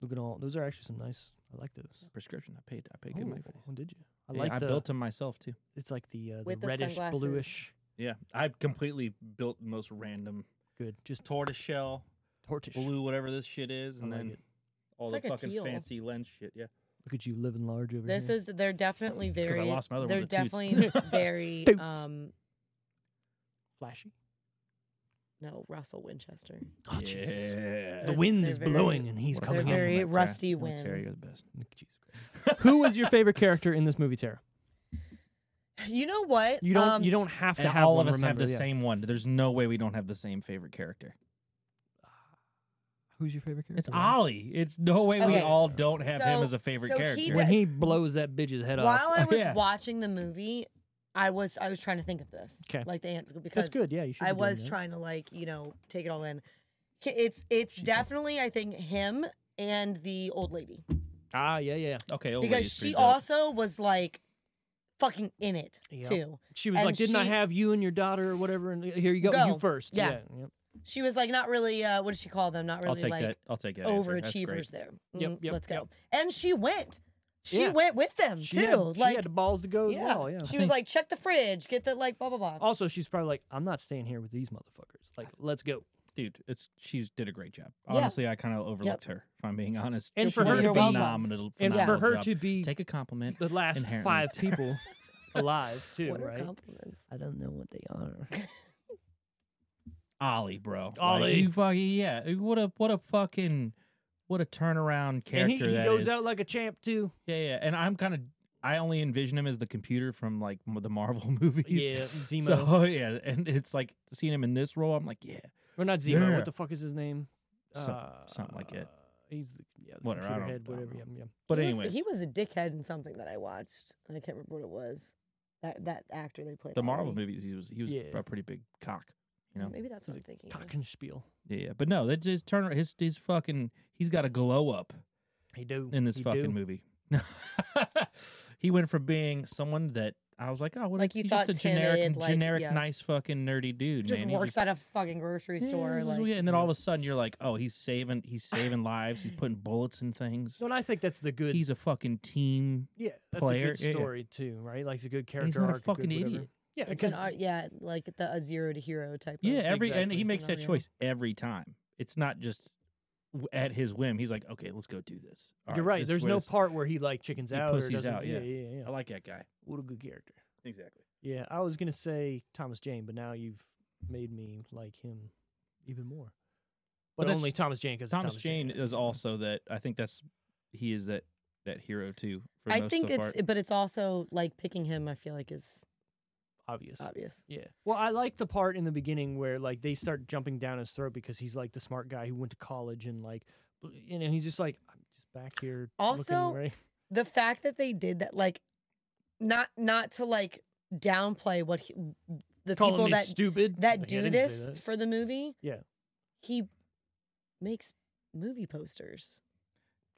Looking all those are actually some nice. I like those.
Prescription. I paid. I paid good
Ooh,
money for these.
oh, did you? I
Yeah,
like
I
the.
built them myself too.
it's like the, uh, the
With the
reddish
sunglasses.
bluish.
Yeah, I completely built the most random
Good, just
tortoise shell,
tortoise.
blue, whatever this shit is,
I
and
like
then
it.
all
It's
the
like a
fucking
teal.
fancy lens shit. Yeah,
Look at you living large over
This
here.
is they're definitely
It's 'cause I
very.
lost my other
they're
ones at Toots.
definitely very.
Toots.
um
flashy.
No, Russell Winchester.
Oh, Jesus.
yeah.
The wind
They're
is
very-
blowing and he's
What a
coming
they're
in.
very
compliment, Tara.
rusty
You know,
wind.
Tara, you're the best.
Jesus Christ. Who was your favorite character in this movie, Tara?
You know what?
You don't.
Um,
you don't have to
And
have
all
one,
of us have
remember,
the
yeah.
same one. There's no way we don't have the same favorite character.
Who's your favorite character?
It's Ollie. It's no way we
Okay.
all don't have him
So-
as a favorite
so he
character.
does-
When he blows that bitch's head off.
While I was
Yeah.
watching the movie, I was I was trying to think of this.
'Kay.
Like the answer because
That's good. Yeah, you should.
I
be doing
was
that.
trying to like you know take it all in. K- It's it's definitely I think him and the old lady
Ah, yeah, yeah.
Okay, old
because
lady's pretty
she
dope.
also was like fucking in it
Yep.
too.
She was
And
like, "Didn't I
she-
have you and your daughter or whatever?" And here you go, you
Go.
first.
Yeah.
yep.
She was like not really uh, what does she call them? Not really
I'll take
like
that. I'll take that. answer. That's great.
overachievers there.
Yep,
Mm,
yep,
let's go.
yep.
And she went. She
Yeah.
went with them
She
too.
had,
like
she had the balls to go as
yeah.
well. Yeah.
She was like check the fridge, get the like blah blah
Oh,
blah.
Also, she's probably like, "I'm not staying here with these motherfuckers. Like, let's go."
dude. It's she did a great job.
Yeah.
Honestly, I kind of overlooked her. If I'm being honest,
And
She
for her
did a
to be-
phenomenal,
And
phenomenal
for her
job.
to be
take a compliment,
the last
inherently.
five people alive too,
what
right?
a compliment.
I don't know what they are.
Ollie, bro. Like,
Ollie.
you fucking yeah. What a what a fucking what a turnaround
And
character
he, he
that
goes
is.
out like a champ too.
Yeah, yeah. And I'm kind of I only envision him as the computer from like m- the Marvel movies.
Yeah, Zemo.
So yeah, and it's like seeing him in this role, I'm like, yeah,
Or not Zemo.
Yeah.
What the fuck is his name? Uh,
Some- something like it.
He's the, yeah, the
Whatever, I
computer
don't-
head,
I don't
whatever.
know.
Yeah, yeah.
But
he was-
anyways,
he was a dickhead in something that I watched, and I can't remember what it was. That that actor they played
the Marvel
already.
movies, he was he was
Yeah.
a pretty big cock, you know.
Maybe that's what
He's
I'm thinking. of.
Talking spiel.
Yeah, yeah. but no, that's his turn. His his fucking he's got a glow up
He do
in this
He
fucking
do.
movie. he went from being someone that I was like, oh, what
Like
a,
you
he's
thought
just a generic,
timid, like,
generic,
yeah.
nice fucking nerdy dude,
Just
man. He
works at a fucking grocery
Yeah,
store.
this is
like,
weird. and then all of a sudden you're like, oh, he's saving, he's saving lives. He's putting bullets in things.
So, and I think that's the good.
He's a fucking team.
yeah, that's
player,
a
yeah, yeah.
good story too, right? Like it's a good character.
not a
arc, good
fucking
whatever.
idiot.
Yeah,
it's an
because
art- yeah, like the a zero to hero type.
Yeah,
of,
every and he
exactly.
makes that
Scenario.
choice every time. It's not just w- at his whim. He's like, okay, let's go do this. All
you're
right,
right.
this is
There's
where
no
this-
part where he like chickens
He
out or
pussies
doesn't.
out,
yeah,
yeah.
yeah, yeah.
I like that guy.
What a good character.
Exactly.
Yeah, I was gonna say Thomas Jane, but now you've made me like him even more. But,
But that's
only
just-
Thomas Jane because
Thomas,
Thomas
Jane is also that. I think that's he is that that hero too. For
I
most
think
of
it's,
part.
but it's also like picking him. I feel like is
obvious.
obvious.
Yeah. Well, I like the part in the beginning where like they start jumping down his throat because he's like the smart guy who went to college and like bl- you know he's just like I'm just back here. looking
Also,
right.
The fact that they did that, like, not not to like downplay what he, the
calling
people
me
that
stupid
that
Like, I
do
didn't say
this
that.
for the movie.
Yeah.
He makes movie posters.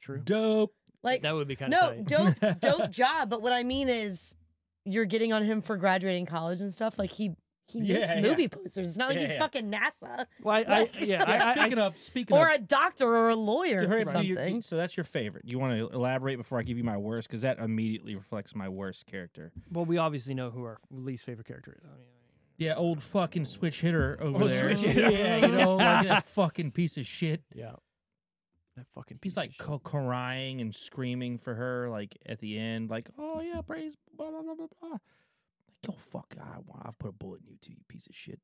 True.
dope.
Like
that would be kind
no,
of
dope dope job, but what I mean is you're getting on him for graduating college and stuff. Like he he makes
Yeah, yeah.
movie posters. It's not like
Yeah,
he's
yeah.
fucking NASA
Well, I, I, yeah,
Yeah,
I, I,
speaking of speaking
or
of,
a doctor or a lawyer
to hurry
or
up to your-
something.
so that's your favorite. You want to elaborate before I give you my worst because that immediately reflects my worst character.
well, we obviously know who our least favorite character is. I mean,
Yeah, old fucking switch hitter over
Oh,
there.
switch hitter.
Yeah, you know, like that fucking piece of shit.
yeah, that fucking piece
He's
of
like
shit.
ca- crying and screaming for her, like at the end, like, "Oh yeah, praise blah blah blah blah blah." Like, yo, fuck, I want, I put a bullet in you too, you piece of shit.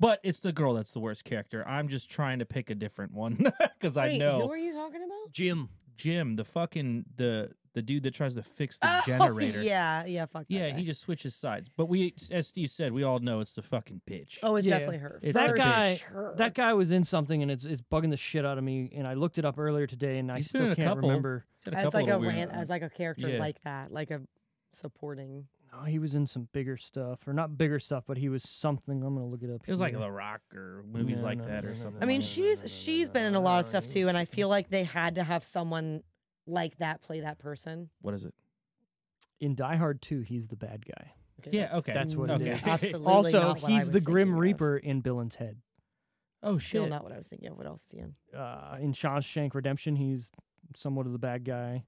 But it's the girl that's the worst character. I'm just trying to pick a different one because I
Wait, who
know
are you talking about?
Jim.
Jim, the fucking the the dude that tries to fix the
Oh,
generator.
Yeah, yeah, fuck. that
Yeah,
guy.
he just switches sides. But we, as Steve said, we all know it's the fucking bitch.
Oh, it's
Yeah.
definitely her.
It's
That
for
guy-
sure.
That guy was in something, and it's it's bugging the shit out of me. And I looked it up earlier today, and I
He's been
still
in a
can't
couple.
remember.
He's had
as
couple
like a
of weird-
rant, as like a character
Yeah.
like that, like a supporting.
No, he was in some bigger stuff, or not bigger stuff, but he was something. I'm gonna look it up.
It was like
here.
The Rock or movies
No,
like
no,
that
no,
or
no,
something.
I mean,
like that.
she's she's been in a lot of stuff too, and I feel like they had to have someone like that play that person.
what is it?
in Die Hard 2, he's the bad guy.
Okay,
Yeah, okay.
That's what it
okay.
is.
Absolutely.
Mm, also,
not what I
he's
was
the Grim
thinking of.
Reaper in Bill and Ted.
Oh
Still
shit!
not what I was thinking of. What else is he in?
Uh, in Shawshank Redemption, he's somewhat of the bad guy.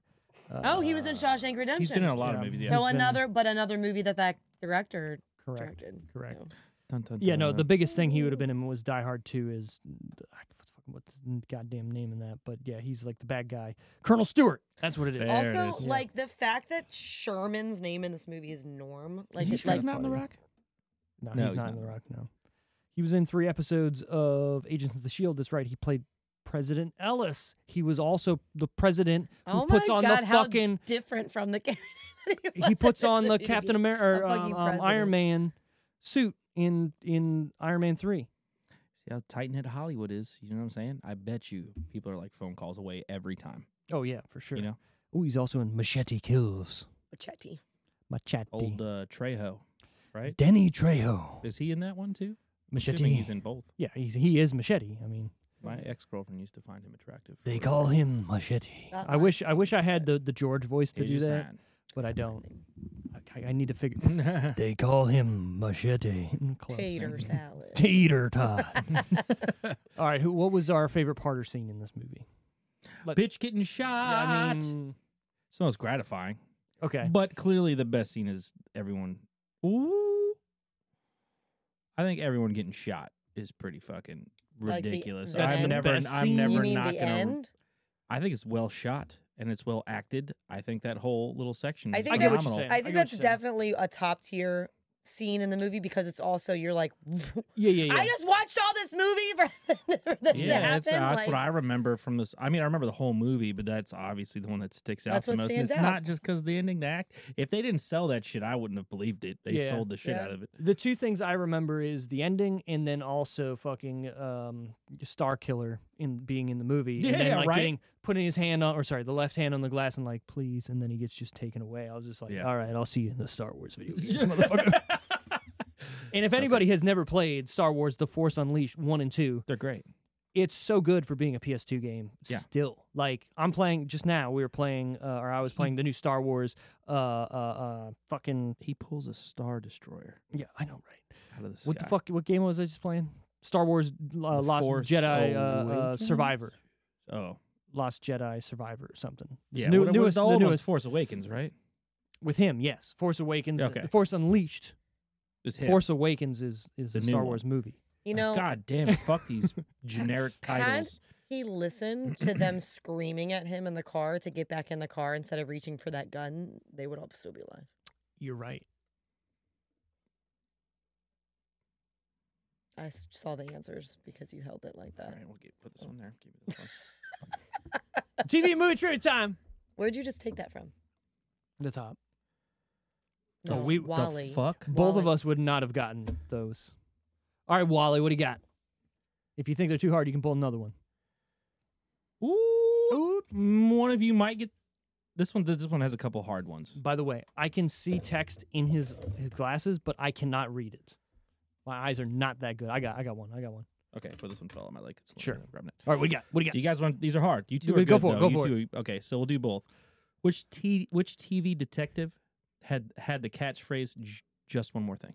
Oh, he was in
Uh,
Shawshank Redemption.
He's been in a lot of
Yeah.
movies. Yeah.
so
he's been-
another, but another movie that that director
Correct.
directed.
Correct.
so.
Dun, dun,
Yeah, no,
dun.
the biggest thing he would have been in was Die Hard 2 is. I- What the fuck what's the goddamn name in that, but yeah, he's like the bad guy, Colonel Stewart. That's what it is.
There it
also,
is. Yeah.
like the fact that Sherman's name in this movie is Norm, like
Did you
it's
sure
like
he's not in the
funny.
rock?
No,
No,
he's,
he's
not in
not.
The Rock. No, he was in three episodes of Agents of the Shield. E That's right. He played President Ellis. He was also the president who
oh
puts
my
on
god,
the
how
fucking.
different from the character. that was
He puts
in
on the
this
Captain
movie.
America,
a fucking
um, um, Iron
president.
Man suit in in Iron Man three.
See how tight knit Hollywood is. You know what I'm saying? I bet you people are like phone calls away every time.
Oh yeah, for sure.
You know,
Oh, he's also in Machete Kills.
Machete.
Machete.
old uh, Trejo, right?
Denny Trejo.
Is he in that one too?
Machete.
Assuming he's in both.
yeah, he's, he is Machete. I mean,
My ex girlfriend used to find him attractive. for
they
a
call
reason.
him Machete.
That
I
line
wish I wish I had the, the George voice to
He's
do
just
that,
saying.
but I don't. I, I need to figure.
That's
They call him Machete. Close.
Tater salad.
Tater Tot. All right, who? What was our favorite part or scene in this movie?
Bitch getting shot.
I mean,
it's the most gratifying.
okay.
But clearly, the best scene is everyone. Ooh. I think everyone getting shot is pretty fucking
Like the-
ridiculous.
the
I'm
end?
never,
Best
I'm
scene?
never
you mean
not
the
gonna.
end?
I think it's well shot and it's well acted. I think that whole little section.
I
is
think I get
what you're
phenomenal.
saying.
I
I get
think
what
that's
you're saying.
definitely a top tier scene in the movie because it's also you're like,
Yeah, yeah, yeah.
I just watched all this movie for this to
Yeah,
happen.
that's, that's
like,
what I remember from this. I mean, I remember the whole movie, but that's obviously the one that sticks out
That's
the
what
most. And
stands
it's
out.
not just because the ending, the act. If they didn't sell that shit, I wouldn't have believed it. They
Yeah.
sold the shit
Yeah.
out of it.
the two things I remember is the ending, and then also fucking um, Star Killer in being in the movie, and
Yeah,
then like
right?
getting putting his hand on, or sorry, the left hand on the glass, and like please, and then he gets just taken away. I was just like,
Yeah.
all right, I'll see you in the Star Wars video, games, motherfucker. And if anybody has never played Star Wars: The Force Unleashed one and two,
They're great.
it's so good for being a PS2 game
Yeah.
still. Like I'm playing just now. We were playing, uh, or I was playing the new Star Wars. Uh, uh, uh, fucking
He pulls a star destroyer
yeah, I know, right?
out of the sky.
What the fuck? What game was I just playing? Star Wars uh,
The
Lost
Force
Jedi uh, uh,
Awakens?
Survivor,
Oh,
Lost Jedi Survivor, or something. It's
yeah.
new-
what,
newest,
the
the
old one's
newest
Force Awakens, right?
with him. Yes, Force Awakens, uh,
Okay.
Force Unleashed.
Is him.
Force Awakens is is
The
a
new
Star
one.
Wars movie.
you know,
God damn it! Fuck these generic
Had-
titles.
he listened to them screaming at him in the car to get back in the car instead of reaching for that gun, they would all still be alive.
You're right.
I s- saw the answers because you held it like
All
that.
right, we'll get, put this one there. Give me this one.
TV movie trivia time.
Where'd you just take that from?
The top.
The
No,
we- the
Wally.
fuck?
Both of
Wally.
us would not have gotten those. All right, Wally, what do you got? If you think they're too hard, you can pull another one.
Ooh, mm, one of you might get this one. This one has a couple hard ones.
By the way, I can see text in his, his glasses, but I cannot read it. My eyes are not that good. I got I got one. I got one.
Okay, but this one fell on my leg. It's
Sure.
I'm grabbing it.
All right, what do you got? What do you
Do
got?
you guys want these are hard? You two
Go-
are
go
good,
for it, go
though. You
for
two- okay, so we'll do both. Which t which TV detective had had the catchphrase "J- "Just one more thing"?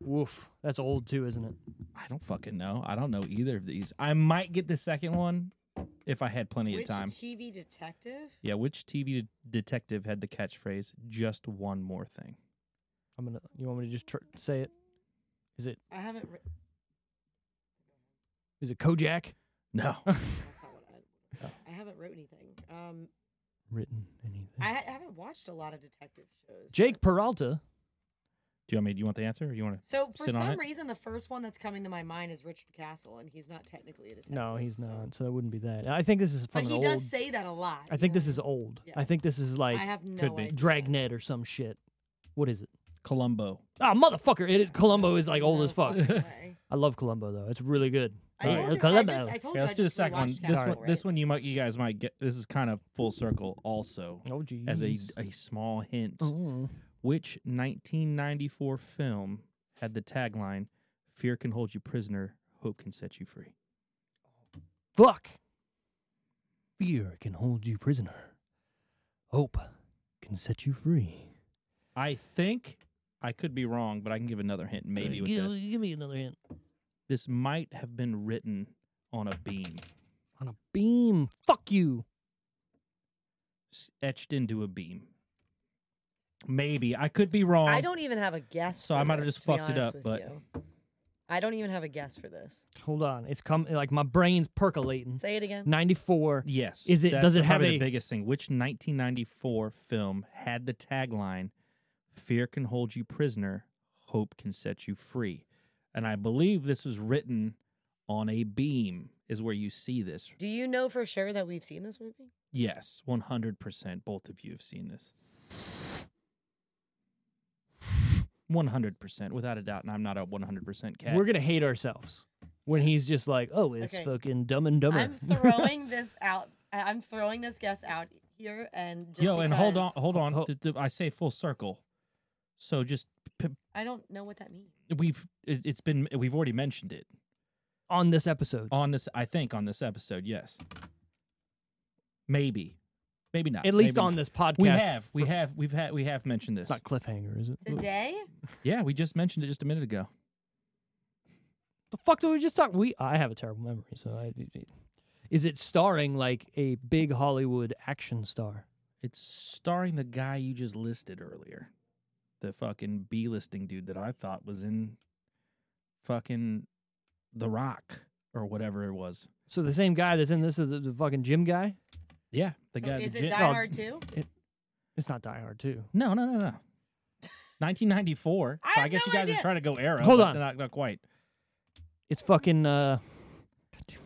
Woof. That's old too, isn't it?
I don't fucking know. I don't know either of these. I might get the second one if I had plenty of time.
TV detective?
yeah, which TV de- detective had the catchphrase "Just one more thing"?
I'm gonna. You want me to just tr- say it? Is it
I haven't. Re-
is it Kojak?
No,
That's not what I. I haven't wrote anything. Um,
Written anything?
ha- haven't watched a lot of detective shows.
Jake Peralta.
do you want me? Do you want the answer? Or you want to?
So for
Sit on
some
it.
reason, the first one that's coming to my mind is Richard Castle, and he's not technically a detective.
No, he's
so-
not. So it wouldn't be that. I think this is
But
from
he
an old.
does say that a lot.
I think this is old.
Yeah.
I think this is like
I have no
could be.
idea.
Dragnet or some shit. What is it?
Columbo.
Ah, motherfucker! It is Columbo is like old
No
as fuck.
fucking way.
I love Columbo though; it's really good.
I
All
told
right,
you- I
Columbo.
just- I told
Yeah,
you
let's
I
do the
just
second one.
rewatched
This
Castle,
one, this
right?
one, you might, you guys might get. This is kind of full circle, also
oh geez.
as a a small hint.
Oh.
Mm.
Which 1994 film had the tagline "Fear can hold you prisoner, hope can set you free"?
fuck. Fear can hold you prisoner. Hope can set you free.
I think I could be wrong, but I can give another hint. Maybe with
give,
this,
give me another hint.
this might have been written on a beam,
On a beam. Fuck you.
s- etched into a beam. Maybe I could be wrong.
I don't even have a guess.
So I
for
might have
this,
just
to be
fucked it
honest
up,
with
but-
you. I don't even have a guess for this.
Hold on, it's come like my brain's
Mm-hmm.
percolating.
Say it again.
Ninety four.
Yes.
Is it-
That's
does it have
probably the
a-
biggest thing? Which 1994 film had the tagline "Fear can hold you prisoner, hope can set you free"? And I believe this was written on a beam. Is where you see this.
Do you know for sure that we've seen this movie?
Yes, 100%. Both of you have seen this. 100%, without a doubt. And I'm not a 100% cat.
We're gonna hate ourselves when he's just like, oh, it's
Okay.
fucking Dumb and Dumber.
I'm throwing this out. I- I'm throwing this guess out here, and just
Yo, and hold on,
because
hold on.
Ho-
Th- th- I say full circle. So just p-
I don't know what that means.
we've it- it's been we've already mentioned it
on this episode.
on this I think on this episode. Yes, maybe, maybe not.
At least
maybe
on
not.
this podcast.
we have we
for-
have we've had we have mentioned
It's
this.
not cliffhanger, is it?
Today,
Yeah, we just mentioned it just a minute ago.
The fuck did we just talk? We I have a terrible memory, so I. Is it starring like a big Hollywood action star?
It's starring the guy you just listed earlier. The fucking B listing dude that I thought was in fucking The Rock or whatever it was.
So the same guy that's in this is the, the fucking gym guy.
Yeah, the
So
guy.
is
the
it
gen-
Die
no,
Hard too?
It's not Die Hard too.
No, no, no, no. 1994.
I
so I
have
guess you
no
guys
idea.
are trying to go arrow.
Hold
but
on.
Not, not quite.
It's fucking. uh goddamn-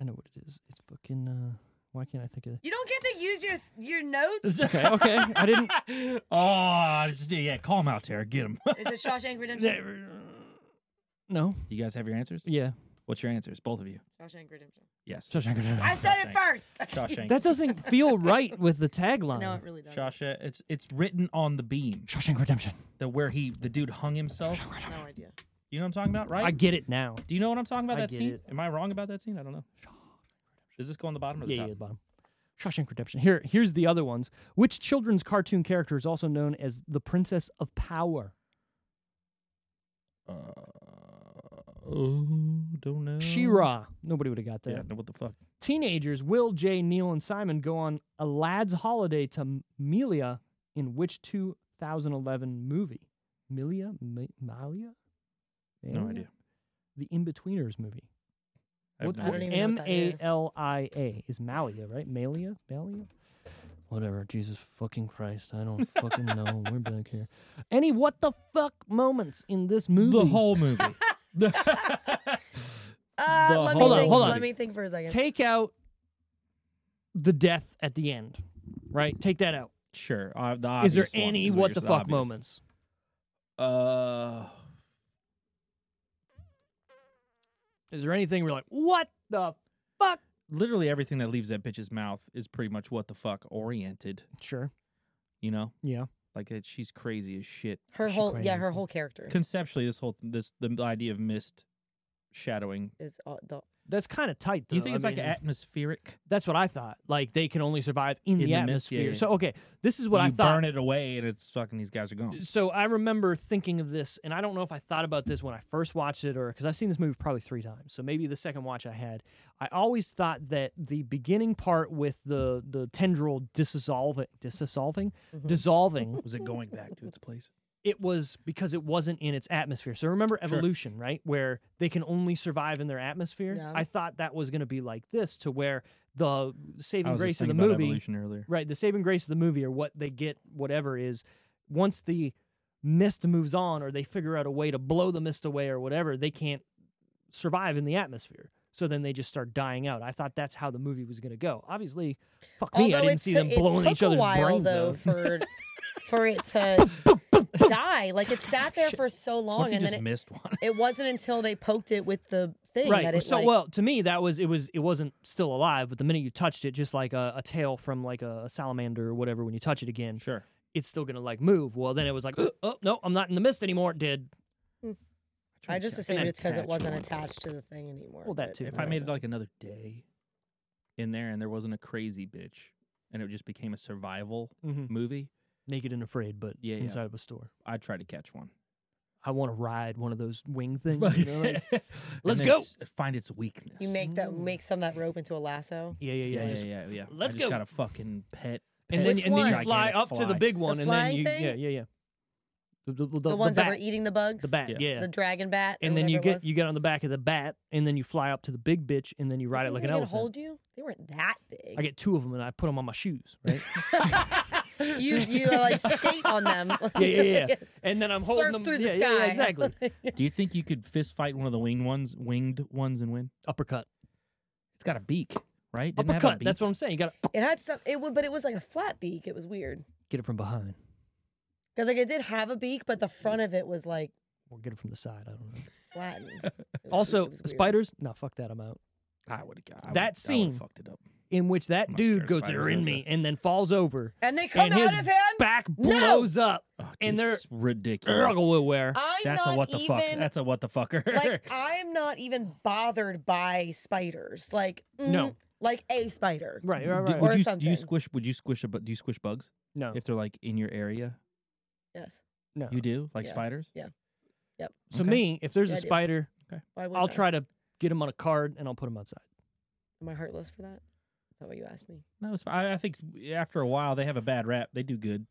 I know what it is. It's fucking. uh Why can't I think of it?
You don't get to use your your notes. Is
Okay, okay. I didn't.
Oh, just- yeah. Call him out, Tara. Get him.
it Shawshank Redemption?
No.
you guys have your answers?
Yeah.
What's your answers? Both of you.
Shawshank Redemption.
Yes.
Shawshank Redemption.
I said it
Shawshank.
first.
Shawshank.
That doesn't feel right with the tagline.
no, it really doesn't.
Shawshank. It's it's written on the beam.
Shawshank Redemption.
The where he the dude hung himself.
No idea.
You know what I'm talking about, right?
I get it now.
Do you know what I'm talking about?
I
that
get
scene?
it.
Am I wrong about that scene? I don't know. Does this go on the bottom or the
Yeah, yeah,
top?
the bottom. Shawshank Redemption. Here, here's the other ones. Which children's cartoon character is also known as the Princess of Power?
Uh, oh, don't know.
She-Ra. Nobody would have got that.
Yeah, no, what the fuck?
Teenagers Will, Jay, Neil, and Simon go on a lad's holiday to Melia in which 2011 movie? Melia? Ma- Malia?
No
Malia?
idea.
The In-Betweeners movie.
I have
What-
no
I don't
idea.
even know what that is.
M-A-L-I-A is Malia, right? Malia? Malia? Whatever. Jesus fucking Christ. I don't fucking know. We're back here. Any what the fuck moments in this movie?
The whole movie.
Uh,
The
let me
whole
think,
movie.
Let me think for a second.
Take out the death at the end, right? Take that out.
sure. Uh, the
is there
obvious one
any
is
what
just
the fuck
obvious.
moments?
Uh,
Is there anything we're like, what the fuck?
literally everything that leaves that bitch's mouth is pretty much what the fuck oriented.
Sure.
You know,
Yeah.
like it, she's crazy as shit.
her
She
whole
cried
yeah,
as
her
well.
whole character
Conceptually, this whole this the idea of mist shadowing.
is all, the
That's kind of tight, though.
Do you think
I
it's like
mean,
atmospheric?
that's what I thought. Like they can only survive in, the,
the mist, yeah,
atmosphere.
yeah.
So okay, this is what
you
I thought.
burn it away, and it's fucking these guys are gone.
So I remember thinking of this, and I don't know if I thought about this when I first watched it or because I've seen this movie probably three times. So maybe the second watch I had, I always thought that the beginning part with the the tendril dissolving, dissolving, dissolving,
Was it going back to its place?
it was because it wasn't in its atmosphere. So remember
Sure.
evolution, right? Where they can only survive in their atmosphere.
Yeah.
I thought that was going to be like this, to where the saving
was
grace
just
of the
thinking about
movie
evolution earlier.
Right. The saving grace of the movie or what they get, whatever is once the mist moves on or they figure out a way to blow the mist away or whatever, they can't survive in the atmosphere. So then they just start dying out. I thought that's how the movie was going to go. Obviously, fuck me, I
Although
didn't
it
see
took-
them blowing
it took
each other's
a while,
brains
though,
out.
for for it to die. Like it sat there for so
What
long,
if you
and
just
then it,
missed one?
it wasn't until they poked it with the thing that it
so
like,
well, to me, that was it was it wasn't still alive, but the minute you touched it, just like a, a tail from like a salamander or whatever, when you touch it again,
sure.
it's still gonna like move. Well, then it was like, oh no, I'm not in the mist anymore. It did
I just
assume
assumed it's because it wasn't attached to the thing anymore.
Well, that
but
too.
If I
Right.
made it like another day in there and there wasn't a crazy bitch and it just became a survival
Mhm.
movie,
naked and afraid, but
Yeah, yeah.
inside of a store.
I'd try to catch one.
I want to ride one of those wing things. you know, like-
And
Let's
then
go.
s- Find its weakness.
You make that make some of that rope into a lasso.
yeah, yeah, yeah.
yeah, yeah,
just-
yeah, yeah.
let's
I
go.
just Got a fucking pet.
And
Which
then and then you
one?
fly up to the big one, and then
flying
you
thing?
yeah yeah yeah. The, the, the,
The,
the
ones that
bat,
were eating the bugs?
the bat,
Yeah.
yeah.
The dragon bat? or
and then you
whatever it
get
was?
you get on the back of the bat, and then you fly up to the big bitch, and then you ride it
Didn't
like
they
an
get
elephant.
hold you? They weren't that big.
I get two of them, and I put them on my shoes, right?
you you uh, like skate on them.
yeah, yeah, yeah.
Yes.
And then I'm holding
Surf
them
through the
yeah, yeah, yeah,
sky.
exactly.
Do you think you could fist fight one of the winged ones, winged ones, and win?
Uppercut,
It's got a beak, right? Didn't it have a
uppercut.
beak?
That's what I'm saying. You gotta
It had some. It would, but it was like a flat beak. It was weird
get it from behind
because like it did have a beak, but the front of it was like
or get it from the side. I don't know.
flattened. It was weird- it
Also,
was weird.
spiders. No, fuck that. I'm out.
I would have.
That scene-
fucked it up.
In which that
I'm not scared
dude
of
goes,
spiders,
"They're in
that's
me," and then falls over,
and they come
and
out
his
of him.
back
No!
blows up.
Oh, dude,
And they're-
it's ridiculous.
Ergleware.
I'm
That's
not
a what the
even
fuck. That's a what the fucker.
like I'm not even bothered by spiders. Like mm,
No.
like a spider.
Right, right,
Do,
right.
Or
would you, do
something.
you squish? Would you squish a? bu- Do you squish bugs
no,
if they're like in your area?
Yes.
no.
You do, like
Yeah.
spiders.
so
okay.
me, if there's
Yeah,
a
I do.
spider,
Why would
I'll try to get him on a card and I'll put him outside.
Am I heartless for that? Is that what you asked me?
No, it's, I, I think after a while they have a bad rap. They do good.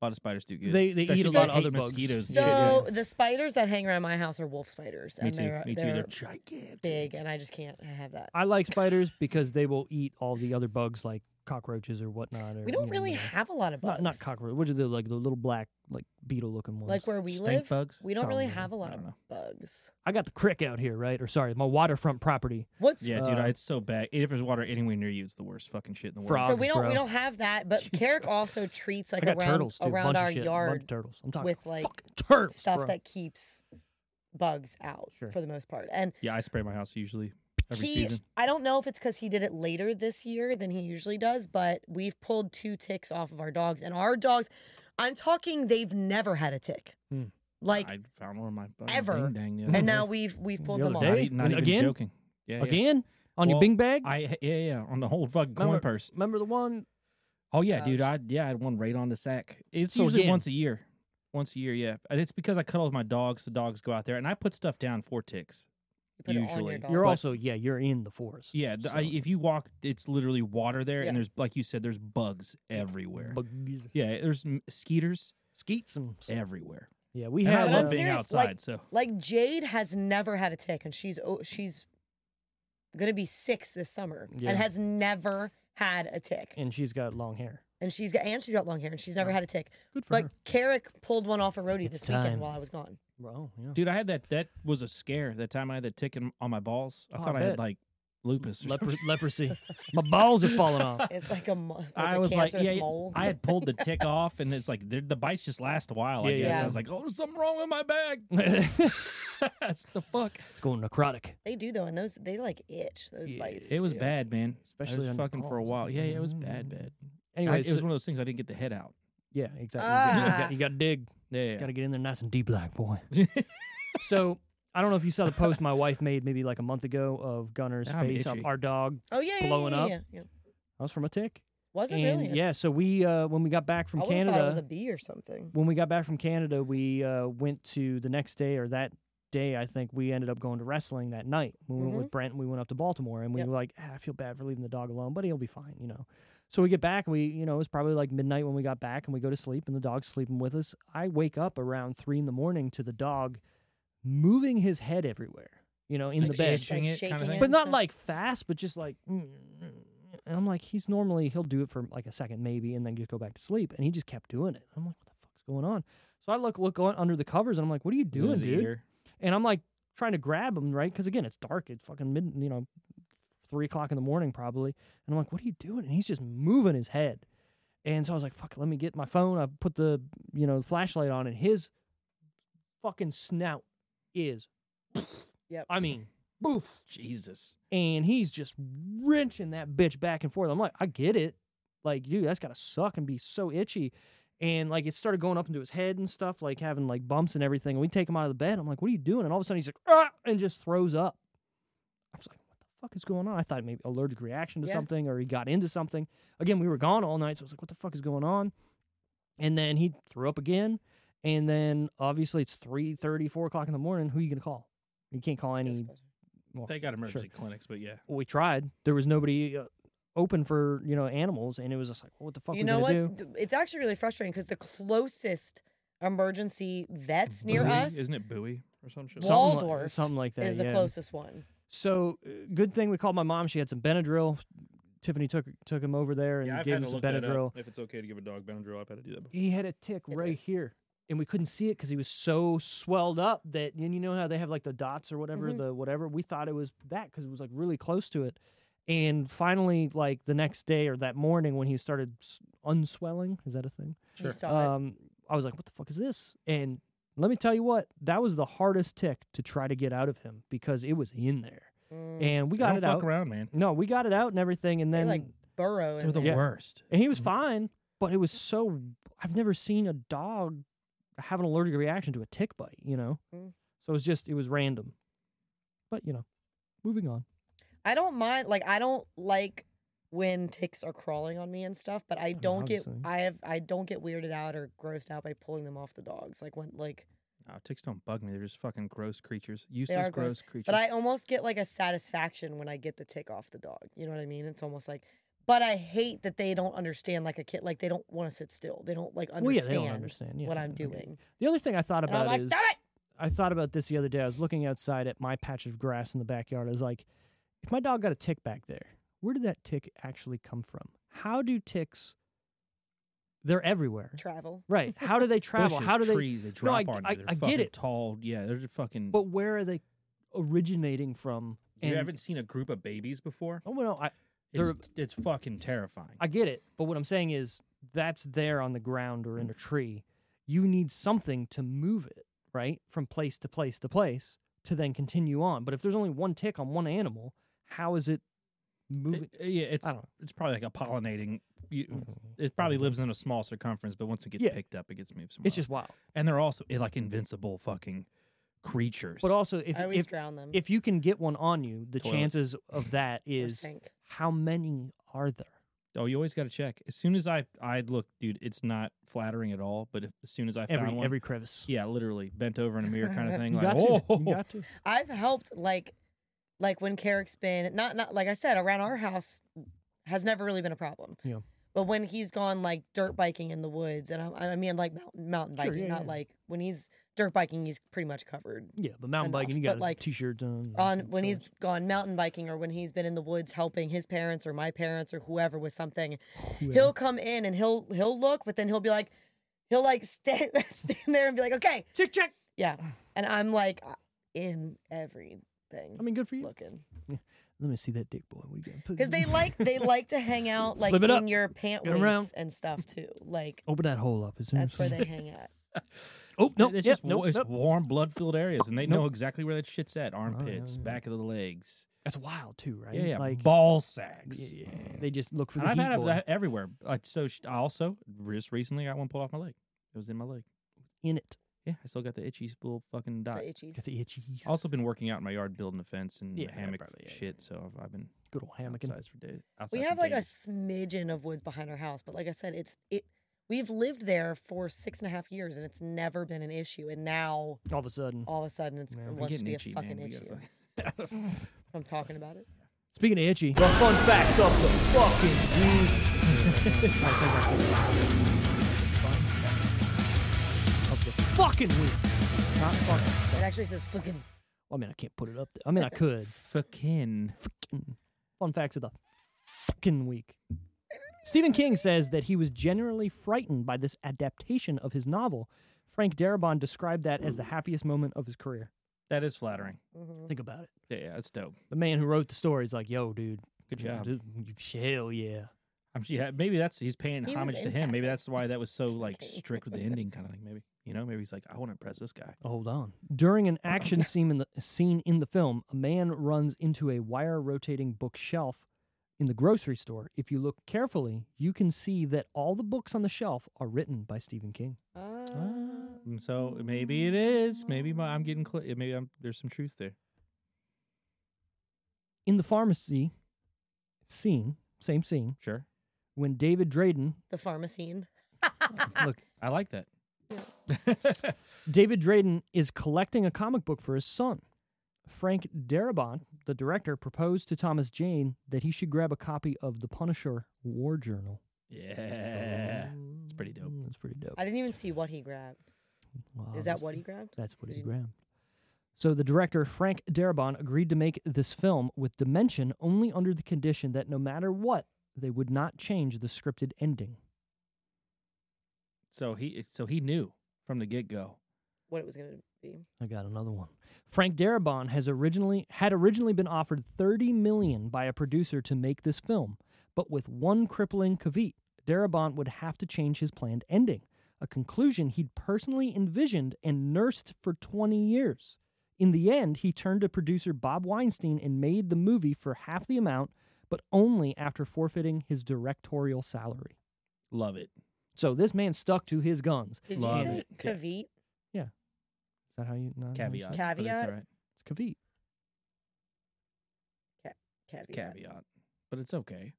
A lot of spiders do good.
They- they eat a
Especially
lot
if
of
other
they hate
bugs.
Mosquitoes. and
So
shit, yeah.
the spiders that hang around my house are wolf spiders,
me
and
too.
they're
me too.
they're
They're gigantic.
big, and I just can't have that.
I like spiders because they will eat all the other bugs like cockroaches or whatnot. Or,
We
you
don't
know,
really
you know.
have a lot of bugs.
Not, not cockroach. What are they like? The little black like beetle looking ones.
Like where we
Stink
live,
bugs?
we don't
Some
really
of them.
have a lot
I
of
don't know.
bugs.
I got the crick out here, right? Or sorry, my waterfront property.
What's
Yeah, dude,
Uh,
I, it's so bad. If there's water anywhere near you, it's the worst fucking shit in the world.
Frog.
so we
frogs,
don't
bro?
we don't have that, but Carrick also treats like
I got
around
turtles too.
around
bunch
our
of shit, bunch of
yard
turtles. I'm talking
with, like,
fucking turtles,
stuff
bro.
that keeps bugs out
Sure.
for the most part. And
Yeah, I spray my house usually every
he,
season.
I don't know if it's because he did it later this year than he usually does, but we've pulled two ticks off of our dogs, and our dogs, I'm talking, they've never had a tick,
Hmm.
like,
I found one of my fucking
ever.
Ding dang the other
and
day.
now we've we've pulled
The
them
other
off.
day?
Not, e- not
And
even
again?
joking. Yeah, yeah.
again on your
Well,
Bing bag.
I yeah yeah on the whole fucking coin
remember,
purse.
Remember the one?
Oh yeah, dude. I
Ouch.
yeah I had one right on the sack. It's
So
usually
again-
once a year. Once a year, yeah. And it's because I cuddle with my dogs. The dogs go out there, and I put stuff down for ticks.
You put it on your
usually.
dog.
You're
But-
also yeah. You're in the forest.
Yeah, th- I, e,
So-
if you walk, it's literally water there,
Yeah.
and there's like you said, there's bugs everywhere.
Bugs.
Yeah, there's m- skeeters
Skeets and s-
everywhere.
yeah. We
and I
had
But I'm
love
one.
being
serious, like-
outside, so
Like Jade has never had a tick, and she's oh, she's gonna be six this summer,
Yeah.
and has never had a tick,
and she's got long hair.
and she's got and she's got long hair, and she's never had a tick.
Good for
But
her.
Carrick pulled one off a roadie
It's
this weekend
time.
while I was gone.
Well, yeah.
Dude, I had that. That was a scare. That time I had that tick in, on my balls. I
Oh, I
thought I, had
bet.
like lupus. Or
Lepr-
something.
leprosy. My balls are falling off.
It's like a mo- like
I
a
was like,
cancerous
yeah,
mole.
I had pulled the tick off, and it's like the, the bites just last a while. I
Yeah,
guess
yeah.
I was like, oh, there's something wrong with my bag. That's the fuck.
It's going necrotic.
They do though, and those they like itch those
Yeah,
bites.
It was
too.
bad, man.
Especially
I
on
was
the
fucking for a
balls.
while. Yeah, yeah, it was
Mm.
bad, bad. Anyway,
Anyways,
it was one of those things I didn't get the head out.
yeah, exactly. You gotta-
Ah.
you got to dig.
Yeah, yeah, yeah.
Got to get in there nice and deep, like boy. so I don't know if you saw the post my wife made maybe like a month ago of Gunner's
I'm
face
itchy.
of our dog.
Oh yeah, yeah,
blowing
yeah,
up.
Yeah, yeah.
That was from a tick.
Was it
and
really?
yeah, so we uh, when we got back from
I would've
Canada,
thought it was a bee or something.
when we got back from Canada, we uh, went to the next day or that day. I think we ended up going to wrestling that night. We went with Brent and we went up to Baltimore, and we
Mm-hmm. Yep.
were like, ah, "I feel bad for leaving the dog alone, but he'll be fine," you know. So we get back, and we you know it was probably like midnight when we got back, and we go to sleep, and the dog's sleeping with us. I wake up around three in the morning to the dog moving his head everywhere, you know, in
Just
the bed,
itching it,
Like
kind of
shaking
thing.
it.
but
and
not
stuff.
like fast, but just like. "Mm, mm, mm." And I'm like, he's normally he'll do it for like a second maybe, and then just go back to sleep. And he just kept doing it. I'm like, what the fuck's going on? So I look look on, under the covers, and I'm like, what are you
It
doing,
was in his
dude?
ear.
And I'm like trying to grab him, right? Because again, it's dark. It's fucking mid, you know, three o'clock in the morning probably. And I'm like, what are you doing? And he's just moving his head. And so I was like, fuck, let me get my phone. I put the you know flashlight on, and his fucking snout is,
Yep.
I mean, boof
Jesus.
and he's just wrenching that bitch back and forth. I'm like, I get it. Like, dude, that's gotta suck and be so itchy. And like it started going up into his head and stuff, like having like bumps and everything. And we take him out of the bed. I'm like, what are you doing? And all of a sudden he's like, ah, and just throws up. I was like, what the fuck is going on? I thought maybe allergic reaction to
Yeah.
something or he got into something. Again, we were gone all night, so I was like, what the fuck is going on? And then he threw up again. And then obviously it's 3 4 o'clock in the morning. Who are you gonna call? You can't call any well,
They got
sure
emergency clinics, but yeah.
we tried. There was nobody uh, open for you know animals, and it was just like, what the fuck?
You
we
know
gonna
what?
do?
D- It's actually really frustrating because the closest emergency vets near
Bowie?
us
Isn't it Bowie or some shit?
Well-
Something li-
Waldorf
something like that.
is the
yeah.
closest one.
So uh, good thing we called my mom. She had some Benadryl. Tiffany took took him over there and
yeah, I've
gave
had
him
to
some
look that
Benadryl.
up. If it's okay to give a dog Benadryl, I've had to do that before.
He had a tick
It
right
is.
here, and we couldn't see it because he was so swelled up that and you know how they have like the dots or whatever
Mhm.
the whatever. We thought it was that because it was like really close to it. And finally, like the next day or that morning when he started s- unswelling, is that a thing?
You
Sure.
saw it.
um, I was like, what the fuck is this? And let me tell you what, that was the hardest tick to try to get out of him because it was in there.
Mm.
And we
They
got
don't
it
fuck
out.
around, man.
No, we got it out and everything. And
They
then,
like Mm-hmm. burrow in
They're the
there.
Yeah.
worst.
and he was fine, but it was so, I've never seen a dog have an allergic reaction to a tick bite, you know?
Mm.
So it was just, it was random. But, you know, moving on.
I don't mind. Like I don't like when ticks are crawling on me and stuff, but I don't get.
obviously.
I have. I don't get weirded out or grossed out by pulling them off the dogs. Like when like.
Oh, ticks don't bug me. They're just fucking gross creatures. Useless
are gross,
gross creatures.
But I almost get like a satisfaction when I get the tick off the dog. You know what I mean? It's almost like, but I hate that they don't understand like a kid. Like they don't want to sit still. They don't like
Well, yeah,
understand,
they don't understand yeah,
what I'm
I get it.
doing.
The other thing I thought
And I'm
about
like,
is.
damn it!
I thought about this the other day. I was looking outside at my patch of grass in the backyard. I was like, if my dog got a tick back there, where did that tick actually come from? How do ticks? They're everywhere,
Travel.
right? How do they travel?
Bushes,
How do they?
trees, they drop
I-
on
I-
you. They're
I get
fucking
it.
Tall. Yeah, they're just fucking.
But where are they originating from?
you haven't seen a group of babies before.
oh well, no, I
It's, it's fucking terrifying.
I get it. But what I'm saying is that's there on the ground or
Mm.
in a tree. You need something to move it right from place to place to place to then continue on. But if there's only one tick on one animal, how is it moving?
It- yeah, it's
I don't know.
it's probably like a pollinating. You, it's- it probably lives in a small circumference, but once it gets
Yeah.
picked up, it gets moved somewhere.
It's
else.
just wild.
and they're also eh, like invincible fucking creatures.
But also, if
I always
if,
drown them.
if you can get one on you, the
Toilet.
chances of that
or
is
sink.
how many are there?
oh, you always got to check. As soon as I I look, dude, it's not flattering at all. But if, as soon as I
Every
found one,
every crevice.
yeah, literally bent over in a mirror kind of thing.
You
like,
got to.
oh,
You got to.
I've helped like like when Carrick's been not not like I said around our house has never really been a problem.
Yeah.
But when he's gone like dirt biking in the woods, and I, I mean like mountain, mountain
Sure,
biking,
yeah,
not
yeah.
like when he's dirt biking, he's pretty much covered.
Yeah, but mountain
Enough,
biking, you
uh, but
got a
like,
t-shirt done.
On when he's gone mountain biking or when he's been in the woods helping his parents or my parents or whoever with something, he'll come in and he'll he'll look, but then he'll be like, he'll like stand stand there and be like, okay,
tick check.
yeah, and I'm like uh, in everything
I mean, good for you.
looking.
Let me see that dick boy. What do you got?
Because they like they like to hang out like
Flip it
in
up.
your pant
Get 'em around.
waist and stuff too. Like
open that hole up. As soon
that's
as
where they hang out.
Oh no!
It's
yeah,
just wa-
nope,
it's
nope.
warm, blood-filled areas, and they know
Nope. Oh,
exactly where that shit's at: armpits,
yeah.
back of the legs,
That's wild too, right?
yeah, yeah,
Like
ball
yeah,
sacks.
yeah. they just look for
And
the
I've
heat
had it
boy
that everywhere. Like so, sh- I also just recently got one pulled off my leg. It was in my leg.
in it.
Yeah, I still got the itchy little fucking
The
dot.
itchies.
Got the itchies.
Also been working out in my yard, building a fence and
Yeah, yeah,
hammock
probably, yeah,
shit. So I've, I've been
good old hammocking.
outside for days. Outside
We
for
have like a
days.
smidgen of woods behind our house, but like I said, it's it. We've lived there for six and a half years, and it's never been an issue. And now
All of a sudden.
all of a sudden, it's,
Man,
it
we're
We're
wants to
getting
be
itchy,
a
man.
fucking
We
issue.
gotta
I'm talking about it.
Speaking of itchy,
The fun facts of the fucking week.
of the fucking week. Not fucking.
It actually says fucking.
Well, I mean, I can't put it up. There. I mean, I could.
Fucking.
Fucking. Fun facts of the fucking week. Stephen King says that he was generally frightened by this adaptation of his novel. Frank Darabont described that as the happiest moment of his career.
That is flattering.
Mhm.
Think about it.
Yeah, yeah, that's dope.
The man who wrote the story is like, "Yo, dude,
Good
you know,
job.
this- Hell yeah."
I'm, yeah, maybe that's he's paying
He was
homage to
in
him. Maybe
Casper.
that's why that was so like
Okay.
strict with the ending kind of thing. Maybe you know, maybe he's like, I want to impress this guy.
Hold on. During an action scene in the scene in the film, a man runs into a wire rotating bookshelf in the grocery store. If you look carefully, you can see that all the books on the shelf are written by Stephen King.
Ah.
And So maybe it is. Maybe my, I'm getting. Cl- maybe I'm, there's some truth there.
In the pharmacy scene, same scene,
Sure,
when David Drayden,
the pharmacine.
look,
I like that.
David Drayden is collecting a comic book for his son. Frank Darabont, the director, proposed to Thomas Jane that he should grab a copy of The Punisher War Journal. Mm,
yeah, it's pretty dope.
Eh, That's pretty dope.
I didn't even see what he grabbed.
Well,
Is that what he grabbed?
That's what
Did
he
you-
grabbed. So the director Frank Darabont agreed to make this film with Dimension only under the condition that no matter what, they would not change the scripted ending.
So he so he knew from the get go.
What it was gonna be?
I got another one. Frank Darabont has originally had originally been offered 30 million by a producer to make this film, but with one crippling caveat, Darabont would have to change his planned ending, a conclusion he'd personally envisioned and nursed for 20 years. In the end, he turned to producer Bob Weinstein and made the movie for half the amount, but only after forfeiting his directorial salary.
Love it.
So this man stuck to his guns. Is
Did
Love
you say
it. Yeah.
caveat?
that how you? not-
Caveat.
It's
but it's
Mm-hmm. Caveat?
all right.
caveat.
Caveat.
It's caveat. But it's okay.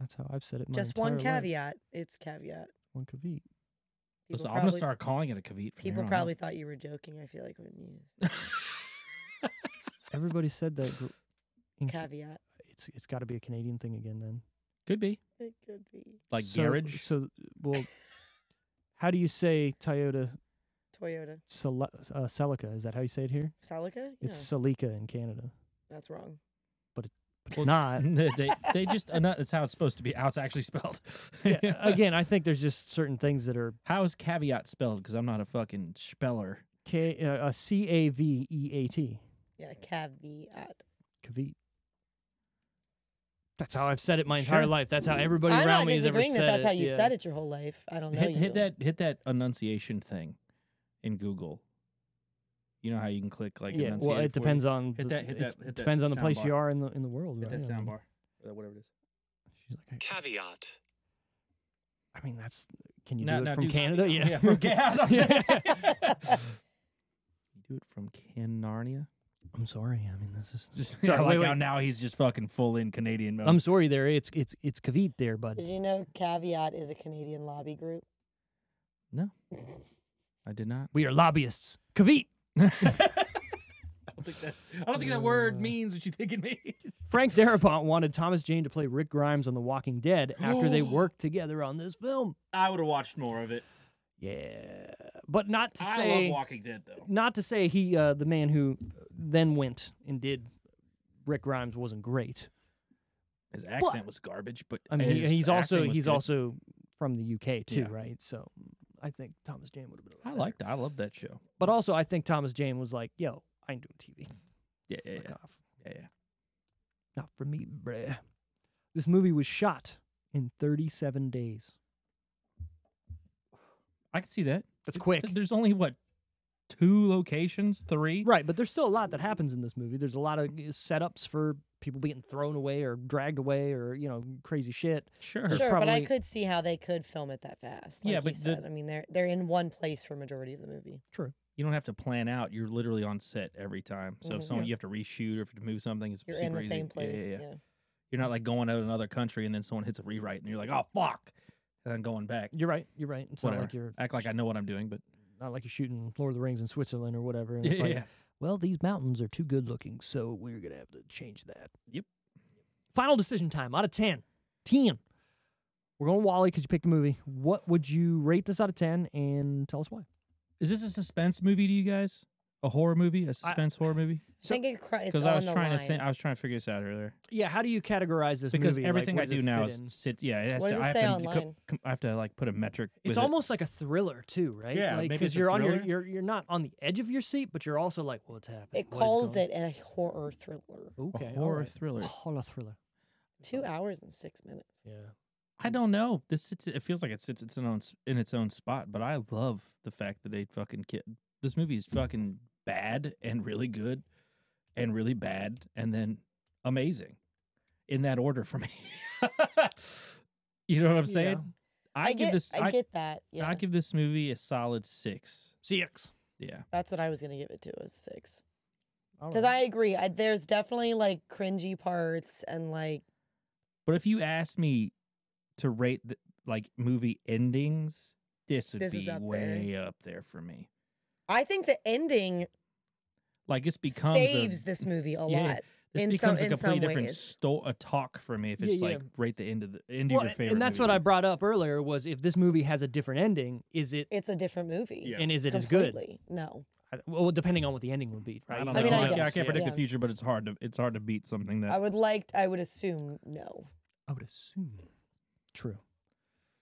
That's how I've said it. my
Just one
entire life.
caveat. It's caveat.
One caveat.
People
Listen, I'm
probably,
gonna start calling it a caveat. from
people
here on out.
probably thought you were joking. I feel like when you
Everybody said that. gr- in Ca-
caveat,
It's it's got to be a Canadian thing again then.
could be
it could be
like
so,
garage.
So well, how do you say Toyota
Toyota
Cel- uh, Celica? Is that how you say it here?
Celica.
It's
no,
Celica in Canada,
that's wrong.
but it's
Well,
not.
they they- they just uh, no, that's how it's supposed to be. How it's actually spelled.
Yeah, again, I think there's just certain things that are
How is caveat spelled? Because I'm not a fucking speller.
K uh, uh, C A V E A T
Yeah, caveat.
caveat. That's how I've said it my entire
Sure.
life. That's how everybody
I'm
around
not
me has ever
disagreeing
said
that that's
it.
how you've
yeah.
said it your whole life. I don't know.
hit
you.
hit that hit that enunciation thing in Google. You know how you can click like
yeah,
enunciate
well, it
for you?
depends on
Hit
the-
that- hit
it's-
that- hit
it
that
depends on the
sound
place you
bar.
are in the in the world.
Hit
right?
that
Yeah, I
sound
mean,
bar, uh, whatever it is.
She's like, "I-
Caveat.
I mean, that's can you
No,
do it
no,
from
do-
Canada?
yeah,
yeah,
from Canada.
Yeah.
You do it from Can Narnia.
I'm sorry. I mean, this is.
Just Um,
Sorry,
I like
wait,
how
wait.
now he's just fucking full in Canadian mode.
I'm sorry. There, it's it's it's Kavit there, bud.
Did you know Caveat is a Canadian lobby group?
I did not.
We are lobbyists. Kavit.
I don't think that's. I don't think that word means what you think it means.
Frank Darabont wanted Thomas Jane to play Rick Grimes on The Walking Dead after they worked together on this film.
I would have watched more of it.
Yeah, but not to say
Walking Dead though.
not to say he uh, the man who then went and did Rick Grimes wasn't great.
His accent was garbage, but
I mean, he,
his
he's
acting
also
was
he's
good.
also from the UK too,
Yeah.
right? So I think Thomas Jane would have been. a
I
lot
liked. I loved that show.
But also, I think Thomas Jane was like, "Yo, I ain't doing TV.
Yeah, yeah,
Fuck off.
yeah, yeah.
Not for me, bruh." This movie was shot in 37 days.
I could see that.
That's
Th-
quick,
th- There's only what two locations, three.
right? But there's still a lot that happens in this movie. There's a lot of uh, setups for people being thrown away or dragged away or you know crazy shit.
Sure.
There's
Sure, but I
probably-
could see how they could film it that fast.
Yeah,
like you
but the-
said. I mean, they're they're in one place for majority of the movie.
You don't have to plan out. You're literally on set every time. So if someone you have to reshoot or if you move something, it's
You're
super
in the
easy.
same
Yeah, yeah,
place.
yeah. You're not like going out another country and then someone hits a rewrite and you're like, oh fuck, and then going back.
You're right. You're right. It's
Whatever.
not like you're
Act like I know what I'm doing, but
not like you're shooting Lord of the Rings in Switzerland or whatever. And it's like, well, these mountains are too good looking, so we're gonna have to change that.
Yep.
Final decision time out of ten. Ten. We're going Wally because you picked the movie. What would you rate this out of ten and tell us why?
Is this a suspense movie to you guys? A horror movie? A suspense horror movie?
So-
I think it, cr- it's
Because
on
I was
the
trying
line.
to think. I was trying to figure this out earlier.
Yeah, how do you categorize this
Because
movie? Like,
everything
what
I
does
do
it
now
fit
is
in?
sit. Yeah, it has
What
to,
does it
I have
say
to,
online?
com- I have to like put a metric.
it's
with it.
almost like a thriller too, right?
Yeah,
Like,
maybe it's a
you're on your
thriller.
you're you're not on the edge of your seat, but you're also like, what's happening?
It
What is
calls
going-
it a horror thriller.
okay
a
all
horror
right. Oh,
thriller.
Horror thriller.
Two hours and six minutes.
Yeah.
I don't know. This sits, it feels like it sits its own s- in its own spot, but I love the fact that they fucking kid. This movie is fucking bad and really good, and really bad and then amazing, in that order for me. you know what I'm
Yeah.
saying? I,
get
give this.
I, get that. Yeah,
I give this movie a solid six.
CX.
Yeah.
that's what I was gonna give it to as a six.
All
Because
right.
I agree. I, there's definitely like cringy parts and like
But if you asked me to rate the, like movie endings, this would
This is
be
up there.
way up there for me.
I think the ending
Like this becomes a-
saves this movie a
yeah,
lot.
This
In some-
becomes a
in some
completely different
ways.
sto- a talk for me if it's
Yeah, yeah.
like right the end of the end
Well,
of your favorite.
and that's what
movie.
I brought up earlier was if this movie has a different ending, is it
It's a different movie.
Yeah.
and is it as good?
Completely. No.
I- Well, depending on what the ending would be, right?
I
You
don't know.
I
I,
mean, I
can't- I
guess,
can't predict
yeah.
the future, but it's hard to it's hard to beat something that
I would like, I would assume no.
I would assume true.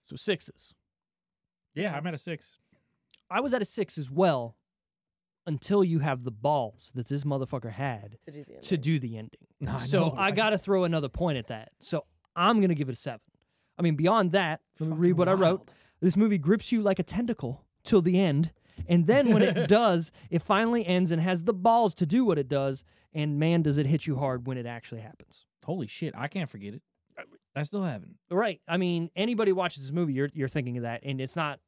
So sixes.
Yeah, I'm at a six.
I was at a six as well until you have the balls that this motherfucker had
To do the
to
ending.
do the ending.
I
so
know,
I
I-
got to throw another point at that. So I'm going to give it a seven. I mean, beyond that, let me read what I wrote.
wild.
This movie grips you like a tentacle till the end. And then when it does, it finally ends and has the balls to do what it does. And man, does it hit you hard when it actually happens.
Holy shit, I can't forget it. I still haven't.
Right. I mean, anybody watches this movie, you're you're thinking of that, and it's not,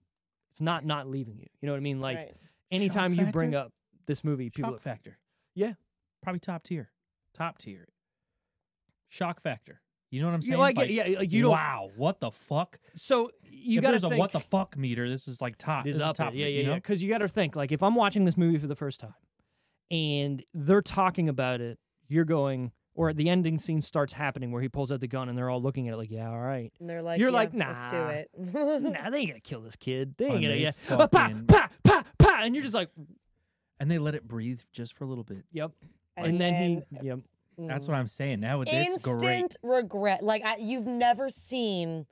it's not not leaving you. You know what I mean? Like
Right.
anytime
Shock
you bring
factor?
up this movie, people.
Shock factor.
Yeah.
Probably top tier. Top tier. Shock factor. You know what I'm saying?
You know, I get,
Like,
yeah, like, you don't.
Wow, what the fuck?
So you
if
got to
there's
think.
a what the fuck meter, this is like top.
is
This is
up
top.
it. Yeah,
of it,
yeah,
you
yeah.
know?
Because you got to think like if I'm watching this movie for the first time, and they're talking about it, you're going, or the ending scene starts happening where he pulls out the gun and they're all looking at it like, yeah, all right.
And they're like,
You're
yeah,
like,
let's do
nah.
it.
Nah, they ain't gonna kill this kid. They ain't
And
gonna.
they
Yeah. Ah, pa,
fucking-
pa, pa, pa, and you're just like,
And they let it breathe just for a little bit.
yep. And, then he, yep.
That's
Mm.
what I'm saying. Now it's it's
Instant
great.
regret. Like I, you've never seen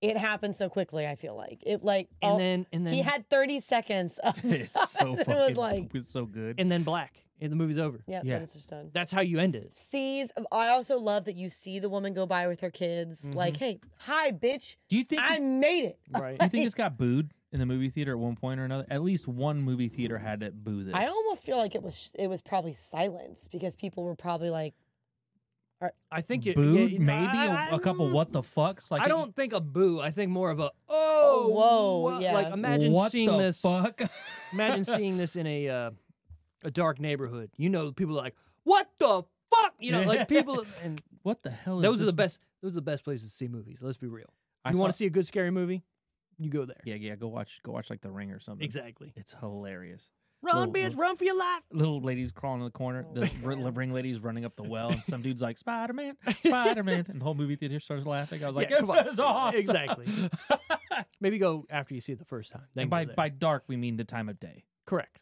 it happen so quickly. I feel like it. Like
And
all-
then and then
he had 30 seconds. Of
It's so
it
fucking.
was like,
it's so good.
and then black, and the movie's over.
yeah,
Yeah.
then it's just done.
That's how you end it.
Sees. I also love that you see the woman go by with her kids. Like,
Mm-hmm.
hey, hi, bitch.
Do you think?
I made it.
Right.
do you think this got booed in the movie theater at one point or another? At least one movie theater had to boo this.
I almost feel like it was it was probably silence because people were probably like,
I think it
booed
yeah,
maybe a
I-
a couple what the fucks like
I
it-
don't think a boo. I think more of a oh
whoa,
wha-"
yeah.
Like imagine
what
seeing
the
this.
fuck
Imagine seeing this in a uh, a dark neighborhood. You know, people are like, "What the fuck?" You know, like people. And
what the hell is
those are
this
the best. Those are the best places to see movies. Let's be real.
I
you want to
saw-
see a good scary movie? You go there.
yeah yeah go watch go watch like the ring or something
Exactly.
it's hilarious
Run,
Little-
bitch,
little-
run for your life.
little ladies crawling in the corner
Oh.
the r- the ring ladies running up the well and some dude's like spider-man spider-man and the whole movie theater starts laughing i was like
Yeah,
yes,
come on.
that's awesome
Exactly. Maybe go after you see it the first time. Then
and
go
by
there.
by dark we mean the time of day
correct.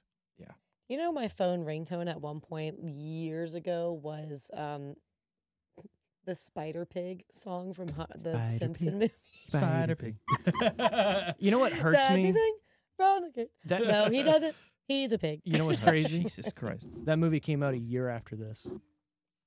you know, my phone ringtone at one point years ago was um the Spider Pig song from Ho- the
Spider Pig.
Simpson movie.
spider pig
You know what hurts
Does he
me?
sing? Wrong again.
That,
No, he doesn't. He's a pig.
You know what's crazy?
jesus christ
That movie came out a year after this.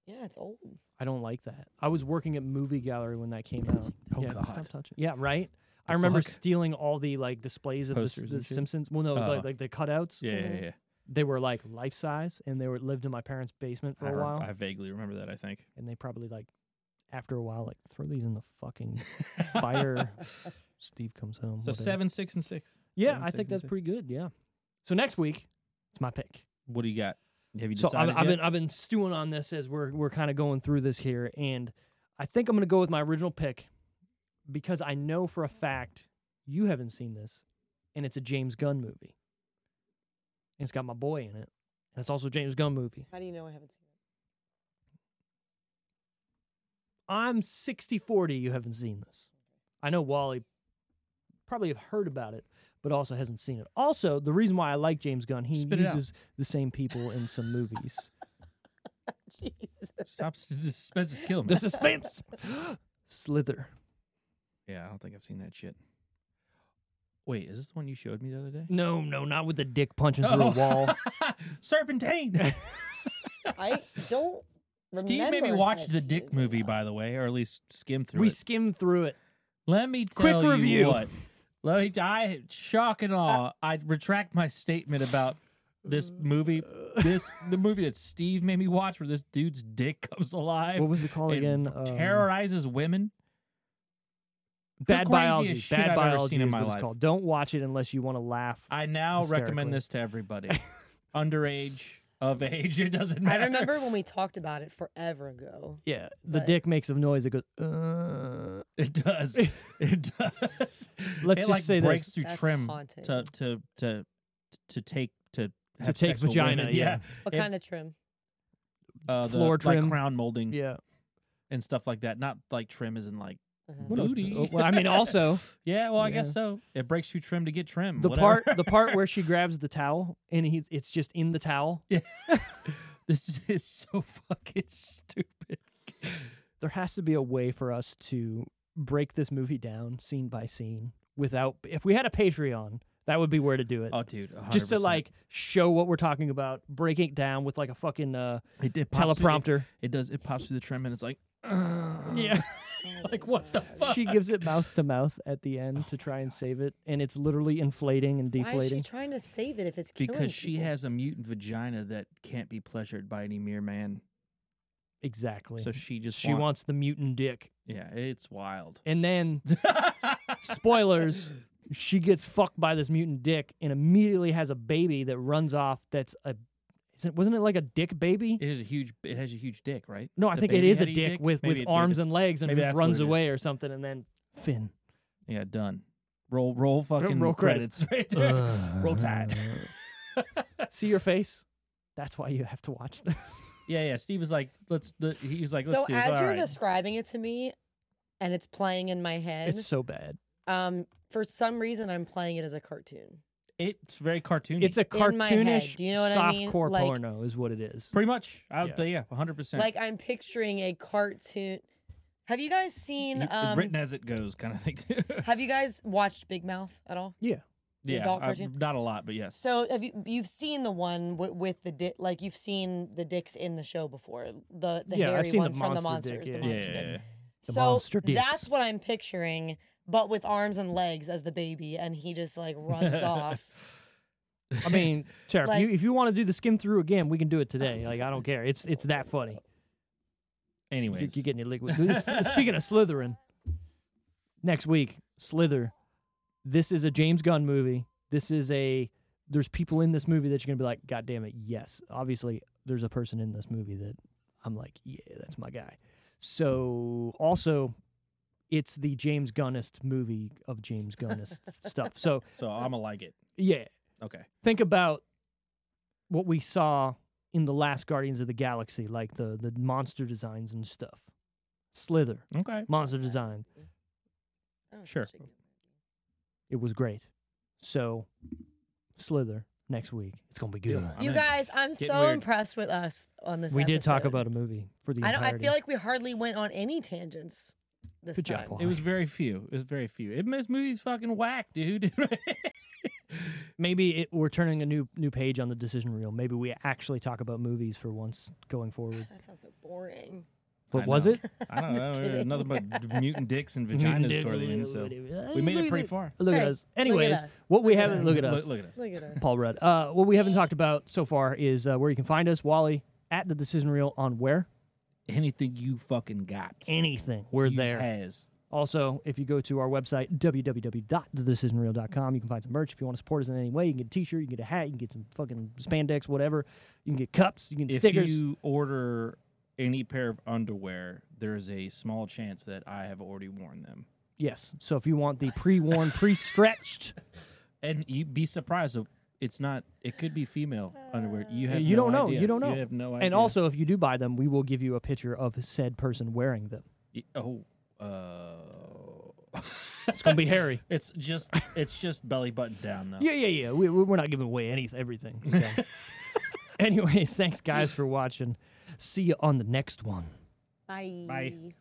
Yeah, it's old.
I don't like that. I was working at movie gallery when that came out.
Oh,
yeah,
God.
Stop touching. Yeah, right. I remember
fuck?
stealing all the like displays of the, S-
Posters
the
and shit?
Simpsons. Well, no,
Oh.
like, like the cutouts.
yeah yeah yeah
They were like life size, and they were lived in my parents' basement for
I,
a
rem-
while.
I vaguely remember that i think
And they probably like after a while like throw these in the fucking fire. Steve comes home.
so
whatever.
seven six and six
Yeah,
seven,
I
six,
think
and
that's
six.
pretty good. Yeah. So next week, it's my pick.
what do you got have you
So I've,
decided
I've
yet?
been I've been stewing on this as we're we're kind of going through this here, and I think I'm gonna go with my original pick because I know for a fact you haven't seen this, and it's a James Gunn movie. And it's got my boy in it, and it's also a James Gunn movie.
How do you know I haven't seen it?
I'm 60 40. You haven't seen this. I know Wally probably have heard about it, but also hasn't seen it. Also, the reason why I like James Gunn, he
Spit it out.
uses the same people in some movies.
Stop. s- The suspense is killing me.
the suspense. Slither.
yeah, I don't think I've seen that shit. Wait, is this the one you showed me the other day?
No, no, not with the dick punching through
Oh.
a wall.
Serpentine.
I don't remember.
Steve made me
if
watch
I've
the
seen it
Dick
or
movie,
not.
by the way, or at least skim through
we
it.
skimmed through it.
Let me
Quick
tell you
review. Uh,
what. Let me, I shock and awe. I retract my statement about this movie. This the movie that Steve made me watch, where this dude's dick comes alive.
What was it called
and
again? Um,
terrorizes women.
Bad
craziest
biology.
shit
Bad
I've ever
biology
seen in
is
my
what it's
life.
called. Don't watch it unless you want to laugh.
I now
Hysterically.
recommend this to everybody. Underage, of age, it doesn't
I
matter.
remember when we talked about it forever ago.
yeah, the
but-
dick makes a noise. It goes. Uh,
It does. It does.
Let's
it
just
like
say this.
breaks through
That's
trim
haunting.
to to to to take to have
take
sex with
vagina,
women.
yeah.
What
It-
kind of trim?
uh, the
Floor
like
trim.
crown molding
Yeah.
and stuff like that. Not like trim isn't like
Uh-huh.
What a-
booty.
uh, well, I mean, also
Mm-hmm. yeah. Well, I
Yeah.
guess so. It breaks through trim to get trim.
the
whatever.
part the part where she grabs the towel and he, it's just in the towel.
this is so fucking stupid.
There has to be a way for us to break this movie down scene by scene without. If we had a Patreon, that would be where to do it.
Oh, dude, 100%.
just to like show what we're talking about, break it down with like a fucking uh,
it, it pops through-
teleprompter.
It, it does. It pops through the trim and it's like,
Yeah.
Oh,
like what the fuck? Oh
she gives it mouth to mouth at the end to try and save it, and it's literally inflating and
Why is she
deflating.
trying to save it if it's killing
because she
people?
has a mutant vagina that can't be pleasured by any mere man.
Exactly.
So she just
she
want-
wants the mutant dick,
Yeah, it's wild.
and then spoilers. She gets fucked by this mutant dick and immediately has a baby that runs off. That's a, isn't wasn't it like a dick baby?
It is a huge. It has a huge dick, right?
no, I
The
think it
baby
is a
had
dick,
dick?
with
Maybe
with
it- it
arms
is-
and legs, and
maybe
it
that's what
runs
it
away or something, and then Finn.
Yeah, done. Roll, roll, fucking
roll
credits. right there. roll tide.
See your face. That's why you have to watch this.
yeah, yeah. Steve was like, let's. The, he was like, let's
so
do this.
as
All
you're
right.
describing it to me, and it's playing in my head.
It's so bad.
um, for some reason, I'm playing it as a cartoon.
it's very cartoony.
It's a
In my head,
cartoonish,
do you know what I mean?
softcore
Like-
porno, is what it is.
pretty much. I
Yeah.
would yeah, one hundred percent.
Like I'm picturing a cartoon. Have you guys seen? Um,
uh, written as it goes, kind of thing. too.
have you guys watched Big Mouth at all?
Yeah.
the
yeah,
adult
I-
cartoon?
not a lot, but yes.
So have you you've seen the one with, with the di- like you've seen the dicks in the show before the the
Yeah, I've
hairy
seen the
ones from the
monster
monsters
dick,
the
yeah.
Yeah,
monster
yeah,
dicks.
yeah.
The
so
monster dicks.
that's what I'm picturing, but with arms and legs as the baby, and he just like runs off.
I mean, Tara,
Like-
if you, if you want to do the skim through again, we can do it today. Like I don't care. It's it's that funny. You-
Anyways,
You're getting your liquid. This- Speaking of Slytherin, next week, Slither. This is a James Gunn movie. This is a. There's people in this movie that you're gonna be like, God damn it, yes. Obviously, there's a person in this movie that I'm like, yeah, that's my guy. So also, it's the James Gunnist movie of James Gunnist stuff. So
so I'm gonna like it.
yeah,
Okay.
think about what we saw in the last Guardians of the Galaxy, like the the monster designs and stuff. Slither,
Okay.
monster design.
That was
Sure.
such a good-
It was great. So, Slither next week. It's gonna be good.
I'm
You
in.
guys, I'm
Getting
so
weird.
impressed with us on this.
we did talk
episode.
about a movie for the
I don't.
entirety.
I feel like we hardly went on any tangents this
Good job,
time.
Paul.
It was very few. It was very few. It, this movie's fucking whack, dude.
maybe it, we're turning a new new page on the decision reel. Maybe we actually talk about movies for once going forward.
That sounds so boring.
What
I
was
know.
it?
I don't know.
Just kidding.
Nothing but mutant dicks and
Mutant
vaginas
Dick-
toward the end. So we made it pretty far.
Look at
Hey,
us.
look at
Anyways,
us.
what we
Look at
haven't look at us.
Look, at us.
Look at her.
Paul Rudd. Uh, what we haven't talked about so far is uh, where you can find us, Wally, at the Decision Reel on where
Anything you fucking got.
anything. We're
Use
there.
Has.
Also, if you go to our website, www.thedecisionreel.com, you can find some merch. If you want to support us in any way, you can get a t shirt, you can get a hat, you can get some fucking spandex, whatever. You can get cups, you can get
If
stickers.
you order any pair of underwear, there's a small chance that I have already worn them.
Yes. So if you want the pre worn, pre stretched,
And you'd be surprised. if It's not. It could be female underwear. You have.
you don't
no
know.
idea.
You don't know.
You have no idea.
and also, if you do buy them, we will give you a picture of said person wearing them.
Y- Oh. Uh,
It's going to be hairy.
it's just. It's just belly button down though.
Yeah, yeah, yeah. We, we- we're not giving away any, everything. so. Anyways, thanks guys for watching. See you on the next one.
Bye.
Bye.